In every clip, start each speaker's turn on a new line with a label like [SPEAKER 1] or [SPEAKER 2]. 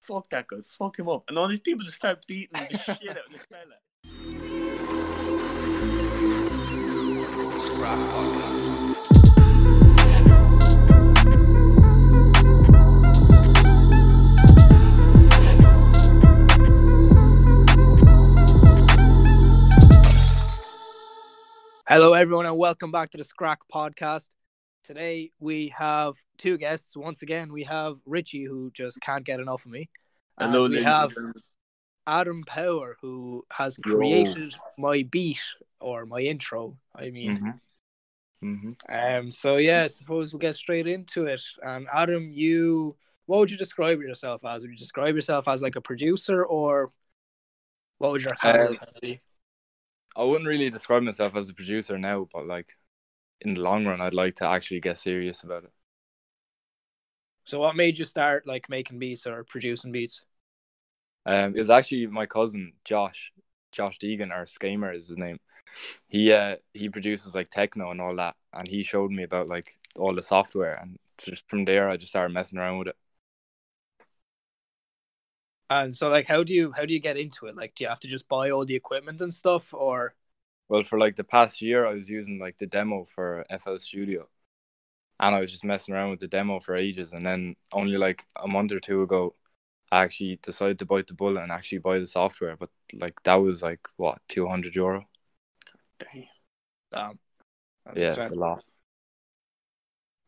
[SPEAKER 1] fuck that guy, fuck him up. And all these people just start beating the shit out of this fella.
[SPEAKER 2] Hello, everyone, and welcome back to the Scrack Podcast. Today we have two guests. Once again, we have Richie, who just can't get enough of me. And
[SPEAKER 1] Hello,
[SPEAKER 2] we
[SPEAKER 1] ladies
[SPEAKER 2] have
[SPEAKER 1] and gentlemen.
[SPEAKER 2] Adam Power, who has
[SPEAKER 1] Yo.
[SPEAKER 2] created my beat or my intro. I mean,
[SPEAKER 3] Mm-hmm.
[SPEAKER 1] Mhm.
[SPEAKER 2] um, so yeah, I suppose we'll get straight into it. Um, Adam, you, what would you describe yourself as? Would you describe yourself as like a producer, or what would your
[SPEAKER 1] Um,
[SPEAKER 2] title be?
[SPEAKER 3] I wouldn't really describe myself as a producer now, but like in the long run, I'd like to actually get serious about it.
[SPEAKER 2] So, what made you start like making beats or producing beats?
[SPEAKER 3] Um, it was actually my cousin Josh, Josh Deegan, or Skamer is his name. He uh he produces like techno and all that, and he showed me about like all the software, and just from there, I just started messing around with it.
[SPEAKER 2] And so like how do you how do you get into it? Like do you have to just buy all the equipment and stuff or
[SPEAKER 3] Well, for like the past year, I was using like the demo for FL Studio, and I was just messing around with the demo for ages. And then only like a month or two ago, I actually decided to bite the bullet and actually buy the software. But like that was like what two hundred euro.
[SPEAKER 2] um that's
[SPEAKER 3] Yeah, it's
[SPEAKER 2] expensive.
[SPEAKER 3] a lot.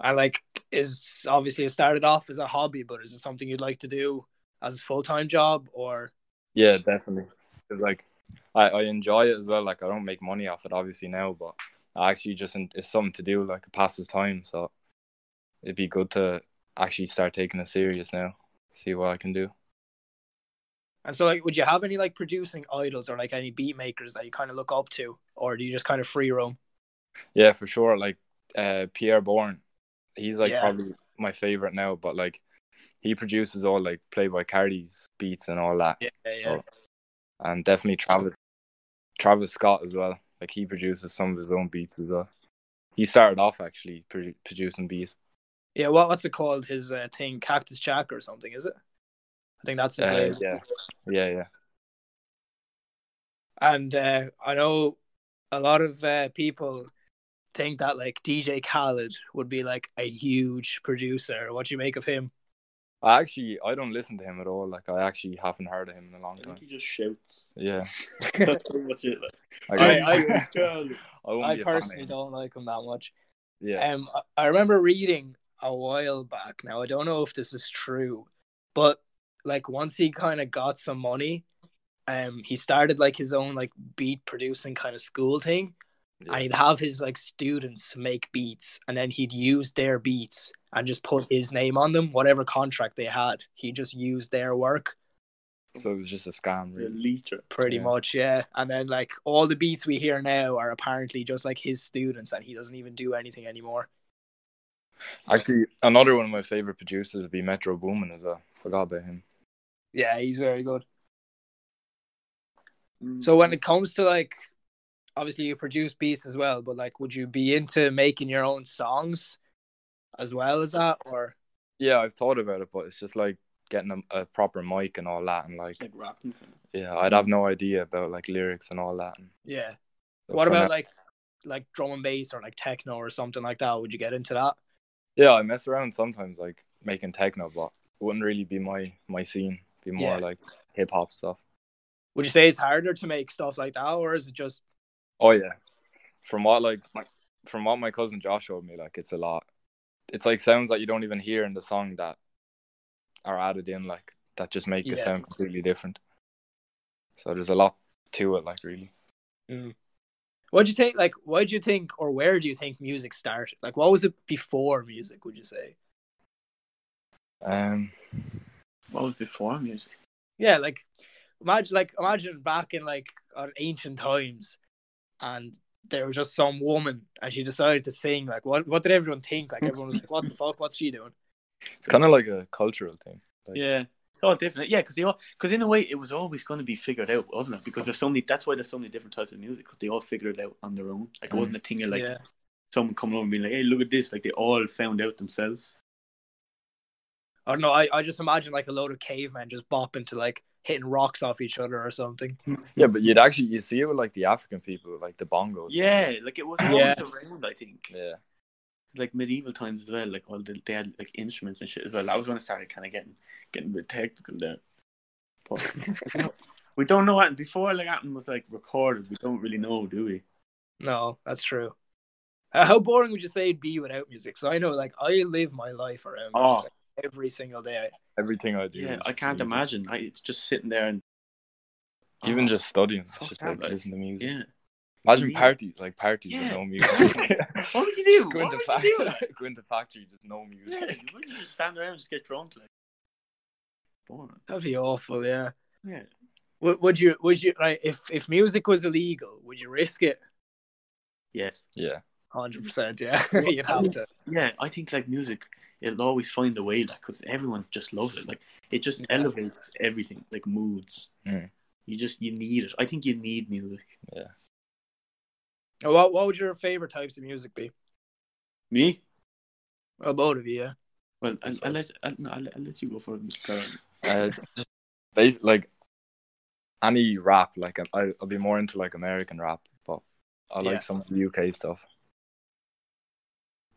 [SPEAKER 2] And like is obviously it started off as a hobby, but is it something you'd like to do as a full time job or
[SPEAKER 3] Yeah, definitely. Cause like I I enjoy it as well. Like I don't make money off it obviously now, but I actually just it's something to do. Like it passes time, so it'd be good to actually start taking it serious now. See what I can do.
[SPEAKER 2] and so like would you have any like producing idols or like any beat makers that you kinda look up to? Or do you just kind of free roam?
[SPEAKER 3] Yeah, for sure. Like uh Pierre Bourne. He's like
[SPEAKER 2] Yeah.
[SPEAKER 3] probably my favorite now, but like he produces all like Playboy Cardi's beats and all that.
[SPEAKER 2] Yeah,
[SPEAKER 3] so- And definitely Travis Travis Scott as well. Like he produces some of his own beats as well. He started off actually produ- producing beats.
[SPEAKER 2] Yeah, what what's it called? His uh, thing, Cactus Jack or something, is it? I think that's his
[SPEAKER 3] Uh,
[SPEAKER 2] name.
[SPEAKER 3] yeah. Yeah, yeah.
[SPEAKER 2] And uh, I know a lot of uh, people think that like DJ Khaled would be like a huge producer. What do you make of him?
[SPEAKER 3] I actually I don't listen to him at all. Like I actually haven't heard of him in a long
[SPEAKER 1] I
[SPEAKER 3] time.
[SPEAKER 1] think he just shouts.
[SPEAKER 3] Yeah.
[SPEAKER 1] That's pretty much it. Like,
[SPEAKER 3] Like,
[SPEAKER 2] I-
[SPEAKER 3] I,
[SPEAKER 2] I-
[SPEAKER 1] Girl.
[SPEAKER 3] won't
[SPEAKER 2] I
[SPEAKER 3] be a fan of
[SPEAKER 2] personally
[SPEAKER 3] him.
[SPEAKER 2] don't like him that much.
[SPEAKER 3] Yeah.
[SPEAKER 2] Um, I- I remember reading a while back. Now I don't know if this is true, but like once he kind of got some money, um, he started like his own like beat producing kind of school thing.
[SPEAKER 3] yeah.
[SPEAKER 2] and he'd have his like students make beats and then he'd use their beats and just put his name on them whatever contract they had he just used their work
[SPEAKER 3] so it was just a scam
[SPEAKER 1] The
[SPEAKER 3] really.
[SPEAKER 1] leecher.
[SPEAKER 2] pretty
[SPEAKER 3] Yeah.
[SPEAKER 2] much yeah and then like all the beats we hear now are apparently just like his students and he doesn't even do anything anymore
[SPEAKER 3] Actually, another one of my favorite producers would be Metro Boomin as well. Forgot about him.
[SPEAKER 2] yeah he's very good
[SPEAKER 1] Mm.
[SPEAKER 2] so when it comes to like obviously you produce beats as well but like would you be into making your own songs as well as that or
[SPEAKER 3] Yeah, I've thought about it, but it's just like getting a, a proper mic and all that, and like,
[SPEAKER 1] like rapping. kind of.
[SPEAKER 3] yeah, I'd have no idea about like lyrics and all that. And
[SPEAKER 2] yeah
[SPEAKER 3] so
[SPEAKER 2] what
[SPEAKER 3] for
[SPEAKER 2] about
[SPEAKER 3] now-
[SPEAKER 2] like like drum and bass or like techno or something like that? Would you get into that?
[SPEAKER 3] Yeah, I mess around sometimes, like making techno, but it wouldn't really be my my scene. Be
[SPEAKER 2] Yeah.
[SPEAKER 3] more like hip hop stuff.
[SPEAKER 2] Would you say it's harder to make stuff like that, or is it just
[SPEAKER 3] Oh yeah, from what like my, from what my cousin Josh showed me, like it's a lot. It's like sounds that you don't even hear in the song that are added in, like that just make it
[SPEAKER 2] Yeah.
[SPEAKER 3] sound completely different. So there's a lot to it, like really.
[SPEAKER 2] what do you think? Like, why do you think, or where do you think music started? Like, what was it before music? Would you say?
[SPEAKER 3] Um,
[SPEAKER 1] What was before music?
[SPEAKER 2] Yeah, like imagine like imagine back in like uh, ancient times, and there was just some woman and she decided to sing. Like, what what did everyone think? Like, everyone was like, "What the fuck? What's she doing?"
[SPEAKER 3] it's kind of like a cultural thing. Like-
[SPEAKER 1] Yeah, it's all different. Yeah, because they all because in a way it was always going to be figured out, wasn't it? Because there's so many. That's why there's so many different types of music because they all figured it out on their own. Like it wasn't a thing of like
[SPEAKER 2] Mm. yeah,
[SPEAKER 1] someone coming over and being like, "Hey, look at this!" Like they all found out themselves.
[SPEAKER 2] I don't know. I, I just imagine like a load of cavemen just bopping to like hitting rocks off each other or something.
[SPEAKER 3] Yeah, but you'd actually you see it with like the African people, like the bongos.
[SPEAKER 1] Yeah, like it was
[SPEAKER 2] Yeah.
[SPEAKER 1] always around. I think
[SPEAKER 3] Yeah.
[SPEAKER 1] like medieval times as well. Like all the, they had like instruments and shit as well. That was when I started kind of getting getting a bit technical there. But we don't know what before like Atten was like recorded. We don't really know, do we?
[SPEAKER 2] No, that's true. Uh, how boring would you say it'd be without music? So I know, like, I live my life around
[SPEAKER 1] Oh.
[SPEAKER 2] music every single day.
[SPEAKER 3] Everything I do.
[SPEAKER 1] Yeah,
[SPEAKER 3] is
[SPEAKER 1] I
[SPEAKER 3] just
[SPEAKER 1] can't
[SPEAKER 3] music.
[SPEAKER 1] imagine. I, it's just sitting there and
[SPEAKER 3] Even
[SPEAKER 1] Oh,
[SPEAKER 3] just studying, it's
[SPEAKER 1] Fuck
[SPEAKER 3] just
[SPEAKER 1] that,
[SPEAKER 3] like
[SPEAKER 1] like,
[SPEAKER 3] listen to music.
[SPEAKER 1] yeah.
[SPEAKER 3] Imagine
[SPEAKER 1] Really?
[SPEAKER 3] parties, like parties with
[SPEAKER 1] Yeah.
[SPEAKER 3] no music.
[SPEAKER 1] What would you
[SPEAKER 3] Just
[SPEAKER 1] do?
[SPEAKER 3] Go in
[SPEAKER 1] What
[SPEAKER 3] the
[SPEAKER 1] would
[SPEAKER 3] fac-
[SPEAKER 1] you do? Like?
[SPEAKER 3] go in the factory, just no
[SPEAKER 1] Yeah,
[SPEAKER 3] music.
[SPEAKER 1] you wouldn't just stand around and just get drunk like. Boring.
[SPEAKER 2] That'd be awful. Yeah.
[SPEAKER 1] Yeah.
[SPEAKER 2] Would, would you? Would you like if if music was illegal? Would you risk it?
[SPEAKER 1] Yes.
[SPEAKER 3] Yeah.
[SPEAKER 2] Hundred percent. Yeah, you'd have to.
[SPEAKER 1] Yeah, I think like music, it'll always find a way, like, because everyone just loves it. Like, it just
[SPEAKER 2] Yeah.
[SPEAKER 1] elevates everything, like moods.
[SPEAKER 3] Mm.
[SPEAKER 1] You just you need it. I think you need music.
[SPEAKER 2] What What would your favorite types of music be?
[SPEAKER 1] Me?
[SPEAKER 2] Well, both of you. Yeah.
[SPEAKER 1] Well, I'll, I'll let I'll, no, I'll, I'll let you go for it, Mr. Perrin.
[SPEAKER 3] Uh, just bas like any rap, like I- I, I'll be more into like American rap, but I like
[SPEAKER 1] Yeah.
[SPEAKER 3] some of the UK stuff.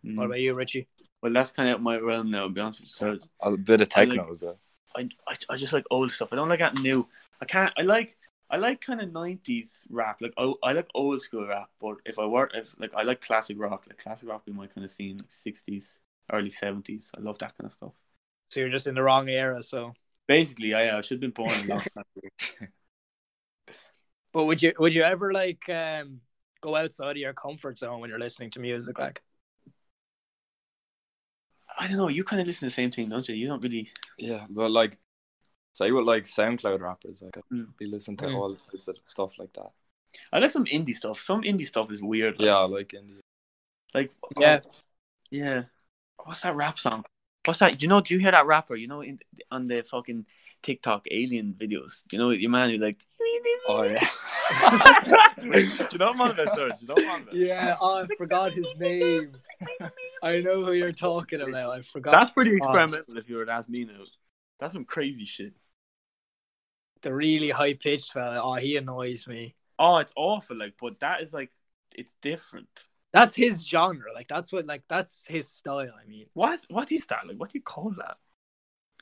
[SPEAKER 1] Mm.
[SPEAKER 2] What about you, Richie?
[SPEAKER 1] Well, that's kind of out my realm now. I'll be honest with you. So
[SPEAKER 3] A
[SPEAKER 1] I
[SPEAKER 3] bit of
[SPEAKER 1] like-
[SPEAKER 3] techno as well.
[SPEAKER 1] I, I, I just like old stuff. I don't like that new. I can't. I like I like kind of nineties rap. Like oh, I, I like old school rap. But if I were if like I like classic rock. Like classic rock would be my kind of scene. Like sixties, early seventies. I love that kind of stuff.
[SPEAKER 2] So you're just in the wrong era. So,
[SPEAKER 1] Basically, I, I should have been born in that time.
[SPEAKER 2] but would you would you ever like um go outside of your comfort zone when you're listening to music? Like,
[SPEAKER 1] I don't know. You kind of listen to the same thing, don't you? You don't really.
[SPEAKER 3] Yeah, but like say what like SoundCloud rappers, like I
[SPEAKER 1] Mm.
[SPEAKER 3] be listening to
[SPEAKER 2] Mm.
[SPEAKER 3] all types of stuff like that.
[SPEAKER 1] I like some indie stuff. Some indie stuff is weird. Like,
[SPEAKER 3] Yeah, I like indie.
[SPEAKER 1] Like
[SPEAKER 2] Yeah.
[SPEAKER 1] oh, yeah. What's that rap song? What's that? Do you know? Do you hear that rapper? You know, in, on the fucking TikTok alien videos. You know, your man who like.
[SPEAKER 3] Oh yeah.
[SPEAKER 1] do you know one of that, Serge? Do you know one of that?
[SPEAKER 2] yeah, I forgot his name. I know who you're talking about. I forgot.
[SPEAKER 1] That's pretty experimental. If you were to ask me now, that's some crazy shit.
[SPEAKER 2] the really high pitched fella. Oh, he annoys me.
[SPEAKER 1] Oh, it's awful. Like, but that is like, it's different.
[SPEAKER 2] That's his genre. Like that's what like that's his style. I mean,
[SPEAKER 1] What is what is that? Like, what do you call that?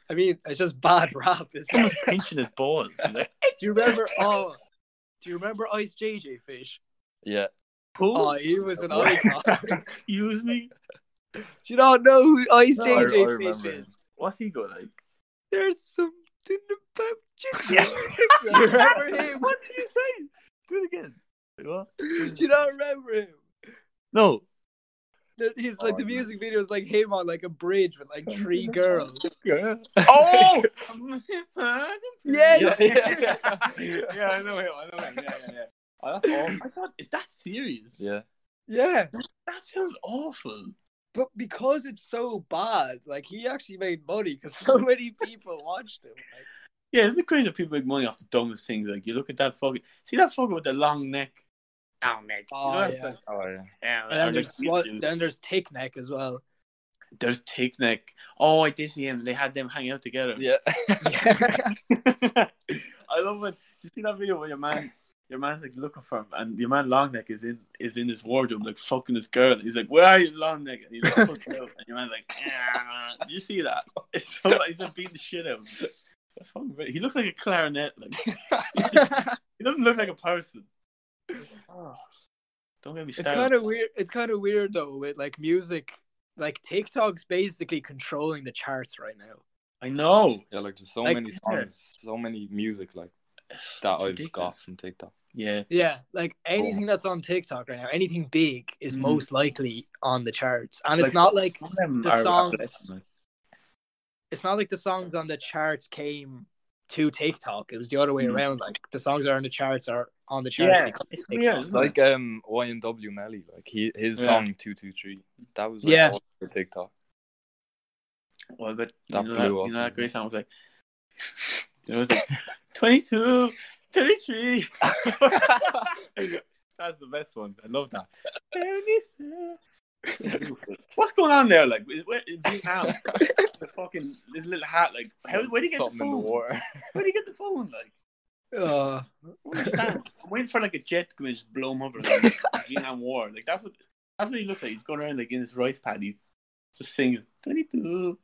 [SPEAKER 2] I mean it's just bad rap. It's
[SPEAKER 1] Someone pinching his balls. Like,
[SPEAKER 2] do you remember? Oh, do you remember Ice JJ Fish?
[SPEAKER 3] Yeah.
[SPEAKER 1] who?
[SPEAKER 2] Oh, he was an icon. do
[SPEAKER 1] Excuse me.
[SPEAKER 2] you not know who Ice
[SPEAKER 1] No, I-
[SPEAKER 3] I
[SPEAKER 2] JJ
[SPEAKER 3] remember
[SPEAKER 2] Fish
[SPEAKER 3] him.
[SPEAKER 2] is?
[SPEAKER 1] What's he got like?
[SPEAKER 2] There's something about you.
[SPEAKER 1] Yeah.
[SPEAKER 2] do you remember him?
[SPEAKER 1] What did you say? Do it again. Like, what?
[SPEAKER 2] Do you not remember him?
[SPEAKER 1] No.
[SPEAKER 2] There- He's like
[SPEAKER 3] Oh,
[SPEAKER 2] the
[SPEAKER 3] I-
[SPEAKER 2] music video is like him on like a bridge with like three girls.
[SPEAKER 3] Yeah.
[SPEAKER 1] Oh.
[SPEAKER 2] Yeah,
[SPEAKER 1] yeah,
[SPEAKER 3] yeah.
[SPEAKER 1] yeah, yeah. I know him. I know him. Yeah, yeah, yeah. Oh, that's awful. I thought, is that serious?
[SPEAKER 3] Yeah.
[SPEAKER 2] Yeah.
[SPEAKER 1] That sounds awful.
[SPEAKER 2] but because it's so bad, like he actually made money because so many people watched it. Like,
[SPEAKER 1] Yeah, isn't it crazy that people make money off the dumbest things? Like, you look at that fucking, see that fucker with the long neck. Long neck. You
[SPEAKER 2] Oh,
[SPEAKER 1] know that
[SPEAKER 2] yeah.
[SPEAKER 1] fuck-
[SPEAKER 3] Oh yeah.
[SPEAKER 1] yeah.
[SPEAKER 2] and then
[SPEAKER 1] or, like,
[SPEAKER 2] there's what, then there's Tick Neck as well.
[SPEAKER 1] There's Tick Neck. Oh, I did see him. They had them hang out together.
[SPEAKER 3] Yeah.
[SPEAKER 2] Yeah,
[SPEAKER 1] I love when you see that video where your man, your man's like looking for him, and your man Longneck is in is in his wardrobe like fucking this girl. He's like, "Where are you, Longneck?" And he like, fucks her out, and your man's like, "Ah." "Do you see that?" It's so like, he's like beating the shit out. of him. That's fucking great. He looks like a clarinet. Like he doesn't look like a person.
[SPEAKER 2] Oh.
[SPEAKER 1] Don't get me
[SPEAKER 2] it's
[SPEAKER 1] started.
[SPEAKER 2] kind of weird. It's kind of weird though with like music. Like TikTok's basically controlling the charts right now.
[SPEAKER 1] I know.
[SPEAKER 3] Yeah, like there's so
[SPEAKER 2] Like,
[SPEAKER 3] many songs, so many music like that
[SPEAKER 1] It's
[SPEAKER 3] I've got
[SPEAKER 1] ridiculous.
[SPEAKER 3] from TikTok.
[SPEAKER 1] Yeah,
[SPEAKER 2] Yeah, like anything that's on TikTok right now, anything big is
[SPEAKER 1] Mhm.
[SPEAKER 2] most likely on the charts, and it's
[SPEAKER 1] Like-
[SPEAKER 2] not like
[SPEAKER 1] Some of them
[SPEAKER 2] The
[SPEAKER 1] are-
[SPEAKER 2] songs. it's not like the songs on the charts came to TikTok. It was the other way
[SPEAKER 1] Mm.
[SPEAKER 2] around. Like the songs that are on the charts are on the charts
[SPEAKER 1] Yeah,
[SPEAKER 2] because
[SPEAKER 1] it's
[SPEAKER 2] of
[SPEAKER 1] weird.
[SPEAKER 2] TikTok.
[SPEAKER 1] isn't
[SPEAKER 3] It's
[SPEAKER 1] it?
[SPEAKER 3] like um YNW Melly, like he his
[SPEAKER 1] Yeah.
[SPEAKER 3] song two two three. That was like
[SPEAKER 2] Yeah.
[SPEAKER 3] all for TikTok.
[SPEAKER 1] Well, but you know,
[SPEAKER 3] That blew
[SPEAKER 1] that,
[SPEAKER 3] up.
[SPEAKER 1] you know that great song was like, it was like 22, 33. That's the best one. I love that. What's going on there? Like, where, in Vietnam, the fucking this little hat. Like, how, where do you get the
[SPEAKER 3] Something in the
[SPEAKER 1] phone?
[SPEAKER 3] water.
[SPEAKER 1] Where do you get the phone? Like,
[SPEAKER 2] Uh,
[SPEAKER 1] I don't understand. I'm waiting for like a jet to come in and just blow him up or something. Like, Vietnam War. Like that's what that's what he looks like. He's going around like in his rice paddies, just singing. 22.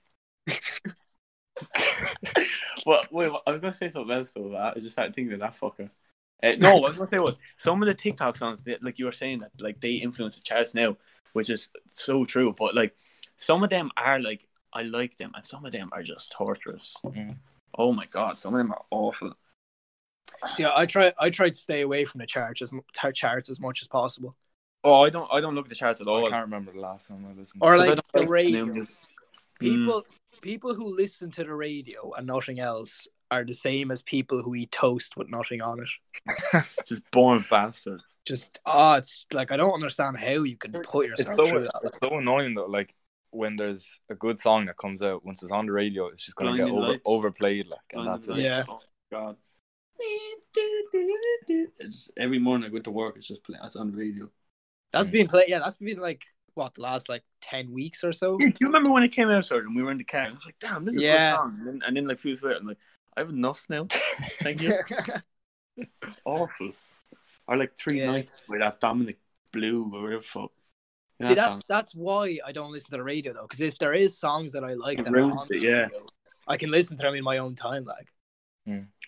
[SPEAKER 1] well, wait, what- I was gonna say something else though. but I just started thinking of that fucker. Uh, no, I was gonna say what some of the TikTok songs, that, like you were saying that, like they influence the charts now, which is so true. But like some of them are like I like them, and some of them are just torturous.
[SPEAKER 3] Mm.
[SPEAKER 1] Oh my god, some of them are awful.
[SPEAKER 2] so yeah, I try I try to stay away from the charts as mu- tar- charts as much as possible,
[SPEAKER 1] Oh, I don't, I don't look at the charts at all.
[SPEAKER 3] Oh, I can't remember the last time I listened.
[SPEAKER 2] or
[SPEAKER 1] 'Cause I
[SPEAKER 2] like
[SPEAKER 1] don't
[SPEAKER 2] the
[SPEAKER 1] like
[SPEAKER 2] radio.
[SPEAKER 1] new music. Mm.
[SPEAKER 2] People people who listen to the radio and nothing else are the same as people who eat toast with nothing on it.
[SPEAKER 1] Just born bastards.
[SPEAKER 2] Just ah, it's like I don't understand how you can put yourself
[SPEAKER 3] it's so
[SPEAKER 2] through that.
[SPEAKER 3] it's so annoying though. Like when there's a good song that comes out, once it's on the radio, it's just gonna
[SPEAKER 1] Blinding
[SPEAKER 3] get over,
[SPEAKER 1] Lights.
[SPEAKER 3] overplayed. Like and that's it.
[SPEAKER 2] Lights. Yeah.
[SPEAKER 1] Oh, God. It's, every morning I go to work, it's just play, it's on the radio.
[SPEAKER 2] That's
[SPEAKER 3] Mm.
[SPEAKER 2] been played. Yeah, that's been like what the last like ten weeks or so.
[SPEAKER 1] Yeah, do you remember when it came out, sir? And we were in the car, and I was like, damn, this is a
[SPEAKER 2] Yeah.
[SPEAKER 1] good song. And then, and then like, a few years later, I'm like, I have enough now. Thank you. Awful. Or like three
[SPEAKER 2] Yeah.
[SPEAKER 1] nights with that Dominic Blue or whatever the fuck. You know
[SPEAKER 2] See,
[SPEAKER 1] that
[SPEAKER 2] that's
[SPEAKER 1] song?
[SPEAKER 2] that's why I don't listen to the radio though, because if there is songs that I like
[SPEAKER 1] It
[SPEAKER 2] that are
[SPEAKER 1] ruins
[SPEAKER 2] on
[SPEAKER 1] it,
[SPEAKER 2] the
[SPEAKER 1] yeah.
[SPEAKER 2] radio, I can listen to them in my own time, like.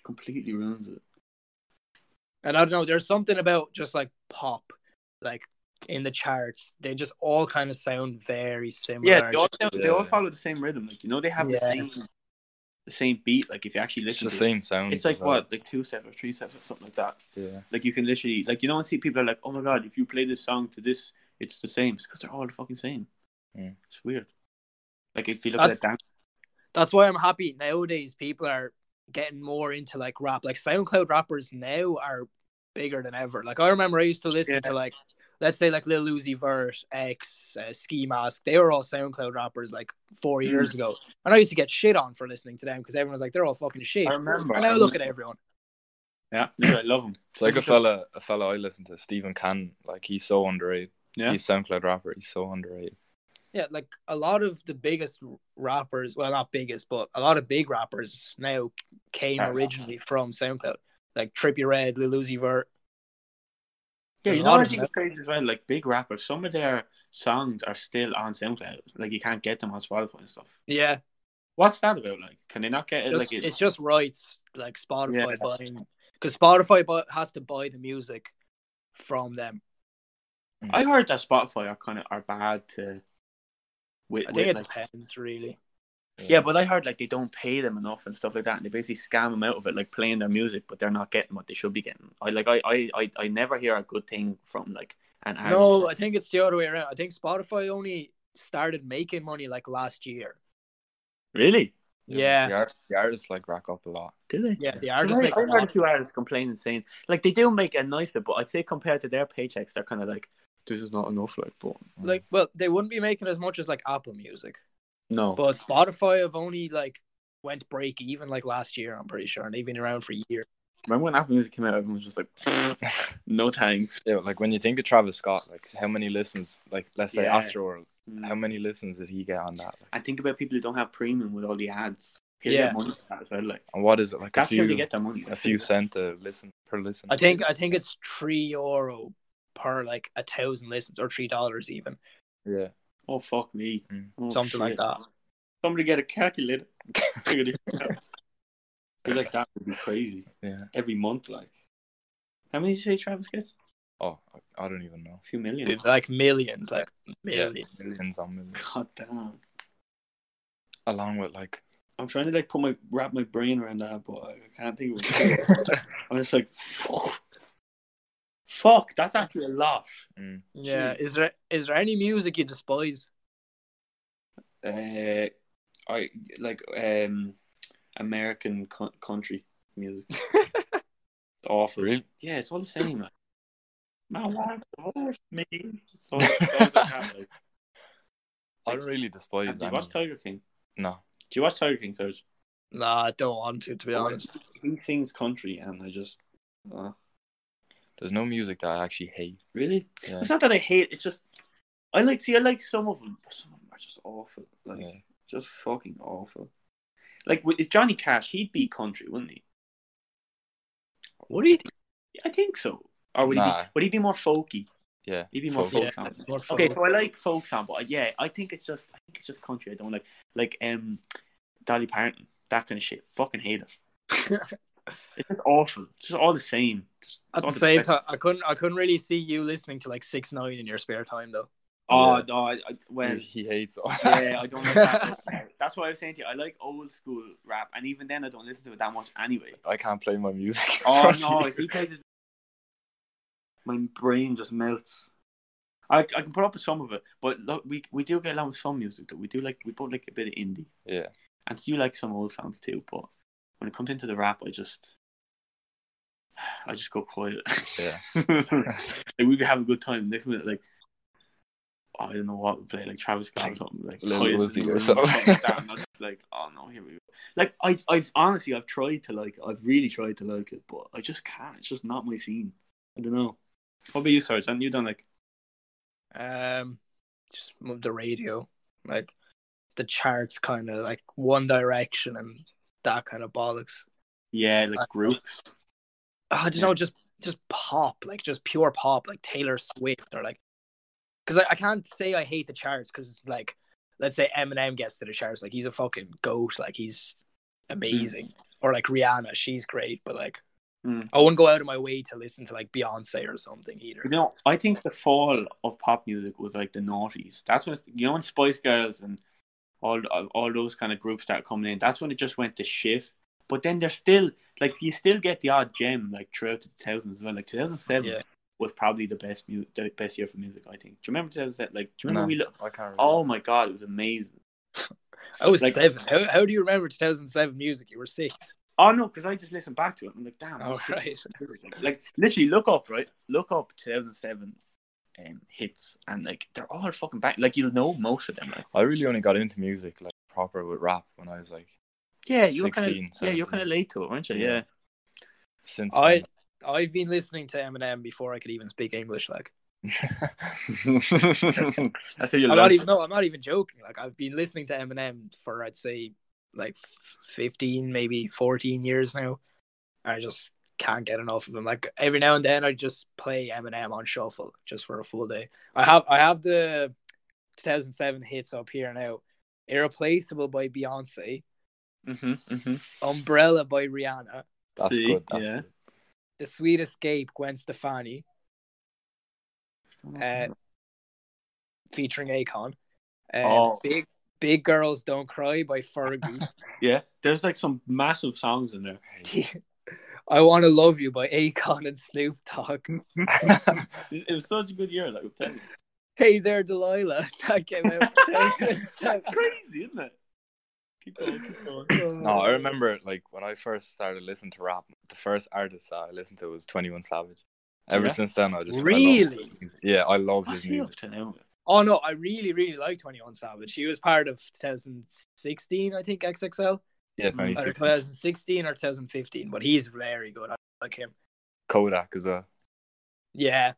[SPEAKER 1] completely ruins it.
[SPEAKER 2] And I don't know, there's something about just like pop, like in the charts, they just all kind of sound very similar.
[SPEAKER 1] Yeah, they all,
[SPEAKER 2] Just-
[SPEAKER 1] sound- they all
[SPEAKER 3] yeah.
[SPEAKER 1] follow the same rhythm. Like you know, they have the
[SPEAKER 2] Yeah.
[SPEAKER 1] same, the same beat. Like if you actually
[SPEAKER 3] It's
[SPEAKER 1] listen
[SPEAKER 3] the
[SPEAKER 1] to it.
[SPEAKER 3] same sound.
[SPEAKER 1] It's like
[SPEAKER 3] as well.
[SPEAKER 1] what, like two steps or three steps or something like that.
[SPEAKER 3] Yeah.
[SPEAKER 1] Like you can literally, like you don't see people are like, oh my god, if you play this song to this, it's the same. It's because they're all the fucking same.
[SPEAKER 2] Hmm.
[SPEAKER 3] Mm.
[SPEAKER 1] It's weird. Like if you look
[SPEAKER 2] That's-
[SPEAKER 1] at that,
[SPEAKER 2] that's why I'm happy nowadays. People are getting more into like rap. Like SoundCloud rappers now are bigger than ever. Like I remember I used to listen
[SPEAKER 1] Yeah.
[SPEAKER 2] to like let's say like Lil Uzi Vert, X, uh, Ski Mask. They were all SoundCloud rappers like
[SPEAKER 1] Hmm.
[SPEAKER 2] four years ago, and I used to get shit on for listening to them because everyone was like they're all fucking shit.
[SPEAKER 1] I remember,
[SPEAKER 2] And
[SPEAKER 1] I
[SPEAKER 2] now look at
[SPEAKER 1] remember.
[SPEAKER 2] everyone.
[SPEAKER 1] yeah, dude, I love them.
[SPEAKER 3] It's like a
[SPEAKER 1] It's just-
[SPEAKER 3] fella, a fella I listen to, Stephen Cannon. Like he's so underrated.
[SPEAKER 1] Yeah.
[SPEAKER 3] He's a SoundCloud rapper. He's so underrated.
[SPEAKER 2] Yeah, like a lot of the biggest rappers, well, not biggest, but a lot of big rappers now came
[SPEAKER 1] Yeah.
[SPEAKER 2] originally from SoundCloud, like Trippy Red, Lil Uzi Vert.
[SPEAKER 1] Yeah,
[SPEAKER 2] There's
[SPEAKER 1] you
[SPEAKER 2] a
[SPEAKER 1] know
[SPEAKER 2] lot
[SPEAKER 1] what I
[SPEAKER 2] of
[SPEAKER 1] think
[SPEAKER 2] them.
[SPEAKER 1] is crazy as well. Like big rappers, some of their songs are still on SoundCloud. Like you can't get them on Spotify and stuff.
[SPEAKER 2] Yeah,
[SPEAKER 1] What's that about? Like, can they not get it?
[SPEAKER 2] just,
[SPEAKER 1] like, it,
[SPEAKER 2] it's just rights like Spotify
[SPEAKER 1] Yeah.
[SPEAKER 2] buying because Spotify bu- has to buy the music from them.
[SPEAKER 1] I heard that Spotify are kind of are bad to. With,
[SPEAKER 2] I
[SPEAKER 1] with,
[SPEAKER 2] think it
[SPEAKER 1] like-
[SPEAKER 2] depends really.
[SPEAKER 1] Yeah, but I heard like they don't pay them enough and stuff like that, and they basically scam them out of it, like playing their music, but they're not getting what they should be getting. I like I I I, I never hear a good thing from like an artist.
[SPEAKER 2] No, I think it's the other way around. I think Spotify only started making money like last year.
[SPEAKER 1] really,
[SPEAKER 2] Yeah,
[SPEAKER 3] The, art, the artists like rack up a lot.
[SPEAKER 1] do they?
[SPEAKER 2] yeah. The
[SPEAKER 1] I,
[SPEAKER 2] artists
[SPEAKER 1] I
[SPEAKER 2] make a
[SPEAKER 1] heard a
[SPEAKER 2] lot.
[SPEAKER 1] few artists complaining saying like they do make a nice bit, but I'd say compared to their paychecks, they're kind of like this is not enough. Like, but
[SPEAKER 2] Like, well, they wouldn't be making as much as like Apple Music,
[SPEAKER 1] no,
[SPEAKER 2] but Spotify have only like went break even like last year. I'm pretty sure, and they've been around for years.
[SPEAKER 1] remember when Apple Music came out, everyone was just like, no thanks.
[SPEAKER 3] Yeah, like when you think of Travis Scott, like how many listens? Like let's say
[SPEAKER 1] Yeah.
[SPEAKER 3] Astroworld,
[SPEAKER 1] Mm.
[SPEAKER 3] how many listens did he get on that? Like,
[SPEAKER 1] And think about people who don't have premium with all the ads. He'll
[SPEAKER 2] Yeah.
[SPEAKER 1] get money for that as well. Like
[SPEAKER 3] and what is it like?
[SPEAKER 1] that's
[SPEAKER 3] a few,
[SPEAKER 1] how they get their money.
[SPEAKER 3] a few cent a listen per listen.
[SPEAKER 2] I think I think it's three euro per like a thousand listens or three dollars even.
[SPEAKER 3] Yeah.
[SPEAKER 1] Oh fuck me.
[SPEAKER 3] Mm.
[SPEAKER 1] Oh,
[SPEAKER 2] Something like
[SPEAKER 1] shit.
[SPEAKER 2] that.
[SPEAKER 1] Somebody get a calculator. Figure it out. I feel like that would be crazy.
[SPEAKER 3] Yeah.
[SPEAKER 1] Every month, like. How many did you say Travis gets?
[SPEAKER 3] Oh, I- I don't even know.
[SPEAKER 1] A few million.
[SPEAKER 2] like millions, like
[SPEAKER 3] Yeah,
[SPEAKER 2] millions.
[SPEAKER 3] millions on millions.
[SPEAKER 1] God damn.
[SPEAKER 3] Along with like,
[SPEAKER 1] I'm trying to like put my wrap my brain around that, but I can't think of it. I'm just like, fuck. Fuck, that's actually a lot.
[SPEAKER 3] mm,
[SPEAKER 2] Yeah. Is there is there any music you despise?
[SPEAKER 1] Uh, I like um, American co- country music. Awful.
[SPEAKER 3] really?
[SPEAKER 1] Yeah, it's all the same. man. My wife divorced me. It's all, it's all that happened.
[SPEAKER 3] I don't really despise
[SPEAKER 1] Have you
[SPEAKER 3] that.
[SPEAKER 1] watched Tiger King?
[SPEAKER 3] No.
[SPEAKER 1] Do you watch Tiger King, Serge?
[SPEAKER 2] Nah, I don't want to. To be honest,
[SPEAKER 1] He sings country, and I just uh,
[SPEAKER 3] There's no music that I actually hate.
[SPEAKER 1] really.
[SPEAKER 3] Yeah.
[SPEAKER 1] It's not that I hate. It's just I like see I like some of them, but some of them are just awful. Like
[SPEAKER 3] Yeah.
[SPEAKER 1] just fucking awful. Like with is Johnny Cash, he'd be country, wouldn't he?
[SPEAKER 2] Would he?
[SPEAKER 1] I think so. Or would he
[SPEAKER 3] Nah.
[SPEAKER 1] be would he be more folky?
[SPEAKER 3] Yeah.
[SPEAKER 1] He'd be more
[SPEAKER 3] Folk.
[SPEAKER 1] folk
[SPEAKER 2] Yeah,
[SPEAKER 1] song.
[SPEAKER 2] more
[SPEAKER 1] Okay,
[SPEAKER 2] folk.
[SPEAKER 1] so I like folk song, but uh, yeah, I think it's just I think it's just country I don't like. Like um Dolly Parton, that kind of shit. Fucking hate it. it's just awful. It's just all the same. Just, it's
[SPEAKER 2] At the
[SPEAKER 1] all
[SPEAKER 2] same
[SPEAKER 1] best.
[SPEAKER 2] time, I couldn't. I couldn't really see you listening to like six nine in your spare time though.
[SPEAKER 1] Oh
[SPEAKER 3] Yeah.
[SPEAKER 1] no, I, I well
[SPEAKER 3] he, he hates all.
[SPEAKER 1] yeah, I don't like that. That's why I was saying to you, I like old school rap, and even then, I don't listen to it that much anyway.
[SPEAKER 3] I can't play my music.
[SPEAKER 1] Oh no, if he plays it, my brain just melts. I, I can put up with some of it, but look, we we do get along with some music though. We do like we both like a bit of indie,
[SPEAKER 3] Yeah.
[SPEAKER 1] and so you like some old sounds too. But when it comes into the rap, I just I just go quiet.
[SPEAKER 3] Yeah.
[SPEAKER 1] like we'd be having a good time. Next minute, like oh, I don't know what we play, like Travis Scott or something, like
[SPEAKER 3] Lil
[SPEAKER 1] quiet as a
[SPEAKER 3] Uzi or
[SPEAKER 1] room,
[SPEAKER 3] something.
[SPEAKER 1] something like that. And I'm just like, oh no, here we go. Like I, I've honestly, I've tried to like, I've really tried to like it, but I just can't. It's just not my scene. I don't know. What about you, Serge? And you done like,
[SPEAKER 2] Um, just move the radio, like the charts, kind of like One Direction and that kind of bollocks.
[SPEAKER 1] yeah, like groups.
[SPEAKER 2] I don't know, uh, just just pop, like just pure pop, like Taylor Swift or like, because I, I can't say I hate the charts because like, let's say Eminem gets to the charts, like he's a fucking goat, like he's amazing, or like Rihanna, she's great, but like.
[SPEAKER 1] Mm.
[SPEAKER 2] I wouldn't go out of my way to listen to like Beyonce or something either.
[SPEAKER 1] You know, I think the fall of pop music was like the noughties. That's when you know when Spice Girls and all all those kind of groups start coming in. That's when it just went to shit. But then there's still like you still get the odd gem like throughout the 2000s as well. Like 2007
[SPEAKER 2] Yeah.
[SPEAKER 1] was probably the best mu- the best year for music. I think. Do you remember 2007? Like, do you remember
[SPEAKER 3] No,
[SPEAKER 1] we? Lo-
[SPEAKER 3] I can't. Remember.
[SPEAKER 1] oh my god, it was amazing.
[SPEAKER 2] I was
[SPEAKER 1] like,
[SPEAKER 2] seven. How, how do you remember 2007 music? You were six.
[SPEAKER 1] oh no, because I just listened back to it. I'm like, damn, that
[SPEAKER 2] All
[SPEAKER 1] was good.
[SPEAKER 2] Oh, right.
[SPEAKER 1] Like, like literally look up right look up 2007 um, hits and like they're all fucking back like you'll know most of them like
[SPEAKER 3] I really only got into music like proper with rap when I was like
[SPEAKER 1] yeah you were kind of
[SPEAKER 3] 16,
[SPEAKER 1] yeah you're
[SPEAKER 3] 17.
[SPEAKER 1] kind of late to it weren't you
[SPEAKER 3] Yeah.
[SPEAKER 1] yeah
[SPEAKER 3] since.
[SPEAKER 2] I I've been listening to Eminem before I could even speak English. Like
[SPEAKER 3] then.
[SPEAKER 1] that's how you
[SPEAKER 2] I'm not
[SPEAKER 1] learn.
[SPEAKER 2] even no, I'm not even joking. Like I've been listening to Eminem for I'd say like f- 15, maybe 14 years now. I just can't get enough of him. Like every now and then I just play Eminem on shuffle just for a full day. I have I have the 2007 hits up here now. Irreplaceable by Beyonce,
[SPEAKER 1] Mhm, mhm.
[SPEAKER 2] Umbrella by Rihanna,
[SPEAKER 3] That's
[SPEAKER 1] See?
[SPEAKER 3] good. That's
[SPEAKER 1] yeah
[SPEAKER 3] good.
[SPEAKER 2] The Sweet Escape Gwen Stefani, uh, featuring Akon. Um,
[SPEAKER 1] Mm-hmm. Oh.
[SPEAKER 2] Big Big Girls Don't Cry by Fergie.
[SPEAKER 1] yeah there's like some massive songs in there
[SPEAKER 2] I Wanna Love You by Akon and Snoop Dogg.
[SPEAKER 1] it, it was such a good year like I'm telling you
[SPEAKER 2] Hey There Delilah. That came out. in
[SPEAKER 1] that's
[SPEAKER 2] 2007.
[SPEAKER 1] crazy isn't it keep going keep going
[SPEAKER 3] No, I remember like when I first started listening to rap, the first artist that I listened to was Twenty One Savage. Ever
[SPEAKER 1] Yeah.
[SPEAKER 3] since then, I just I love-
[SPEAKER 2] Really?
[SPEAKER 3] yeah, I love
[SPEAKER 1] what's
[SPEAKER 3] his
[SPEAKER 1] he up
[SPEAKER 3] music.
[SPEAKER 1] to now
[SPEAKER 2] Oh no, I really, really like 21 Savage. She was part of 2016, I think, XXL.
[SPEAKER 3] Yeah,
[SPEAKER 1] Mm.
[SPEAKER 3] twenty
[SPEAKER 2] Or
[SPEAKER 3] six.
[SPEAKER 2] 2016 or 2015, but he's very good. I like him.
[SPEAKER 3] Kodak as well.
[SPEAKER 2] Yeah,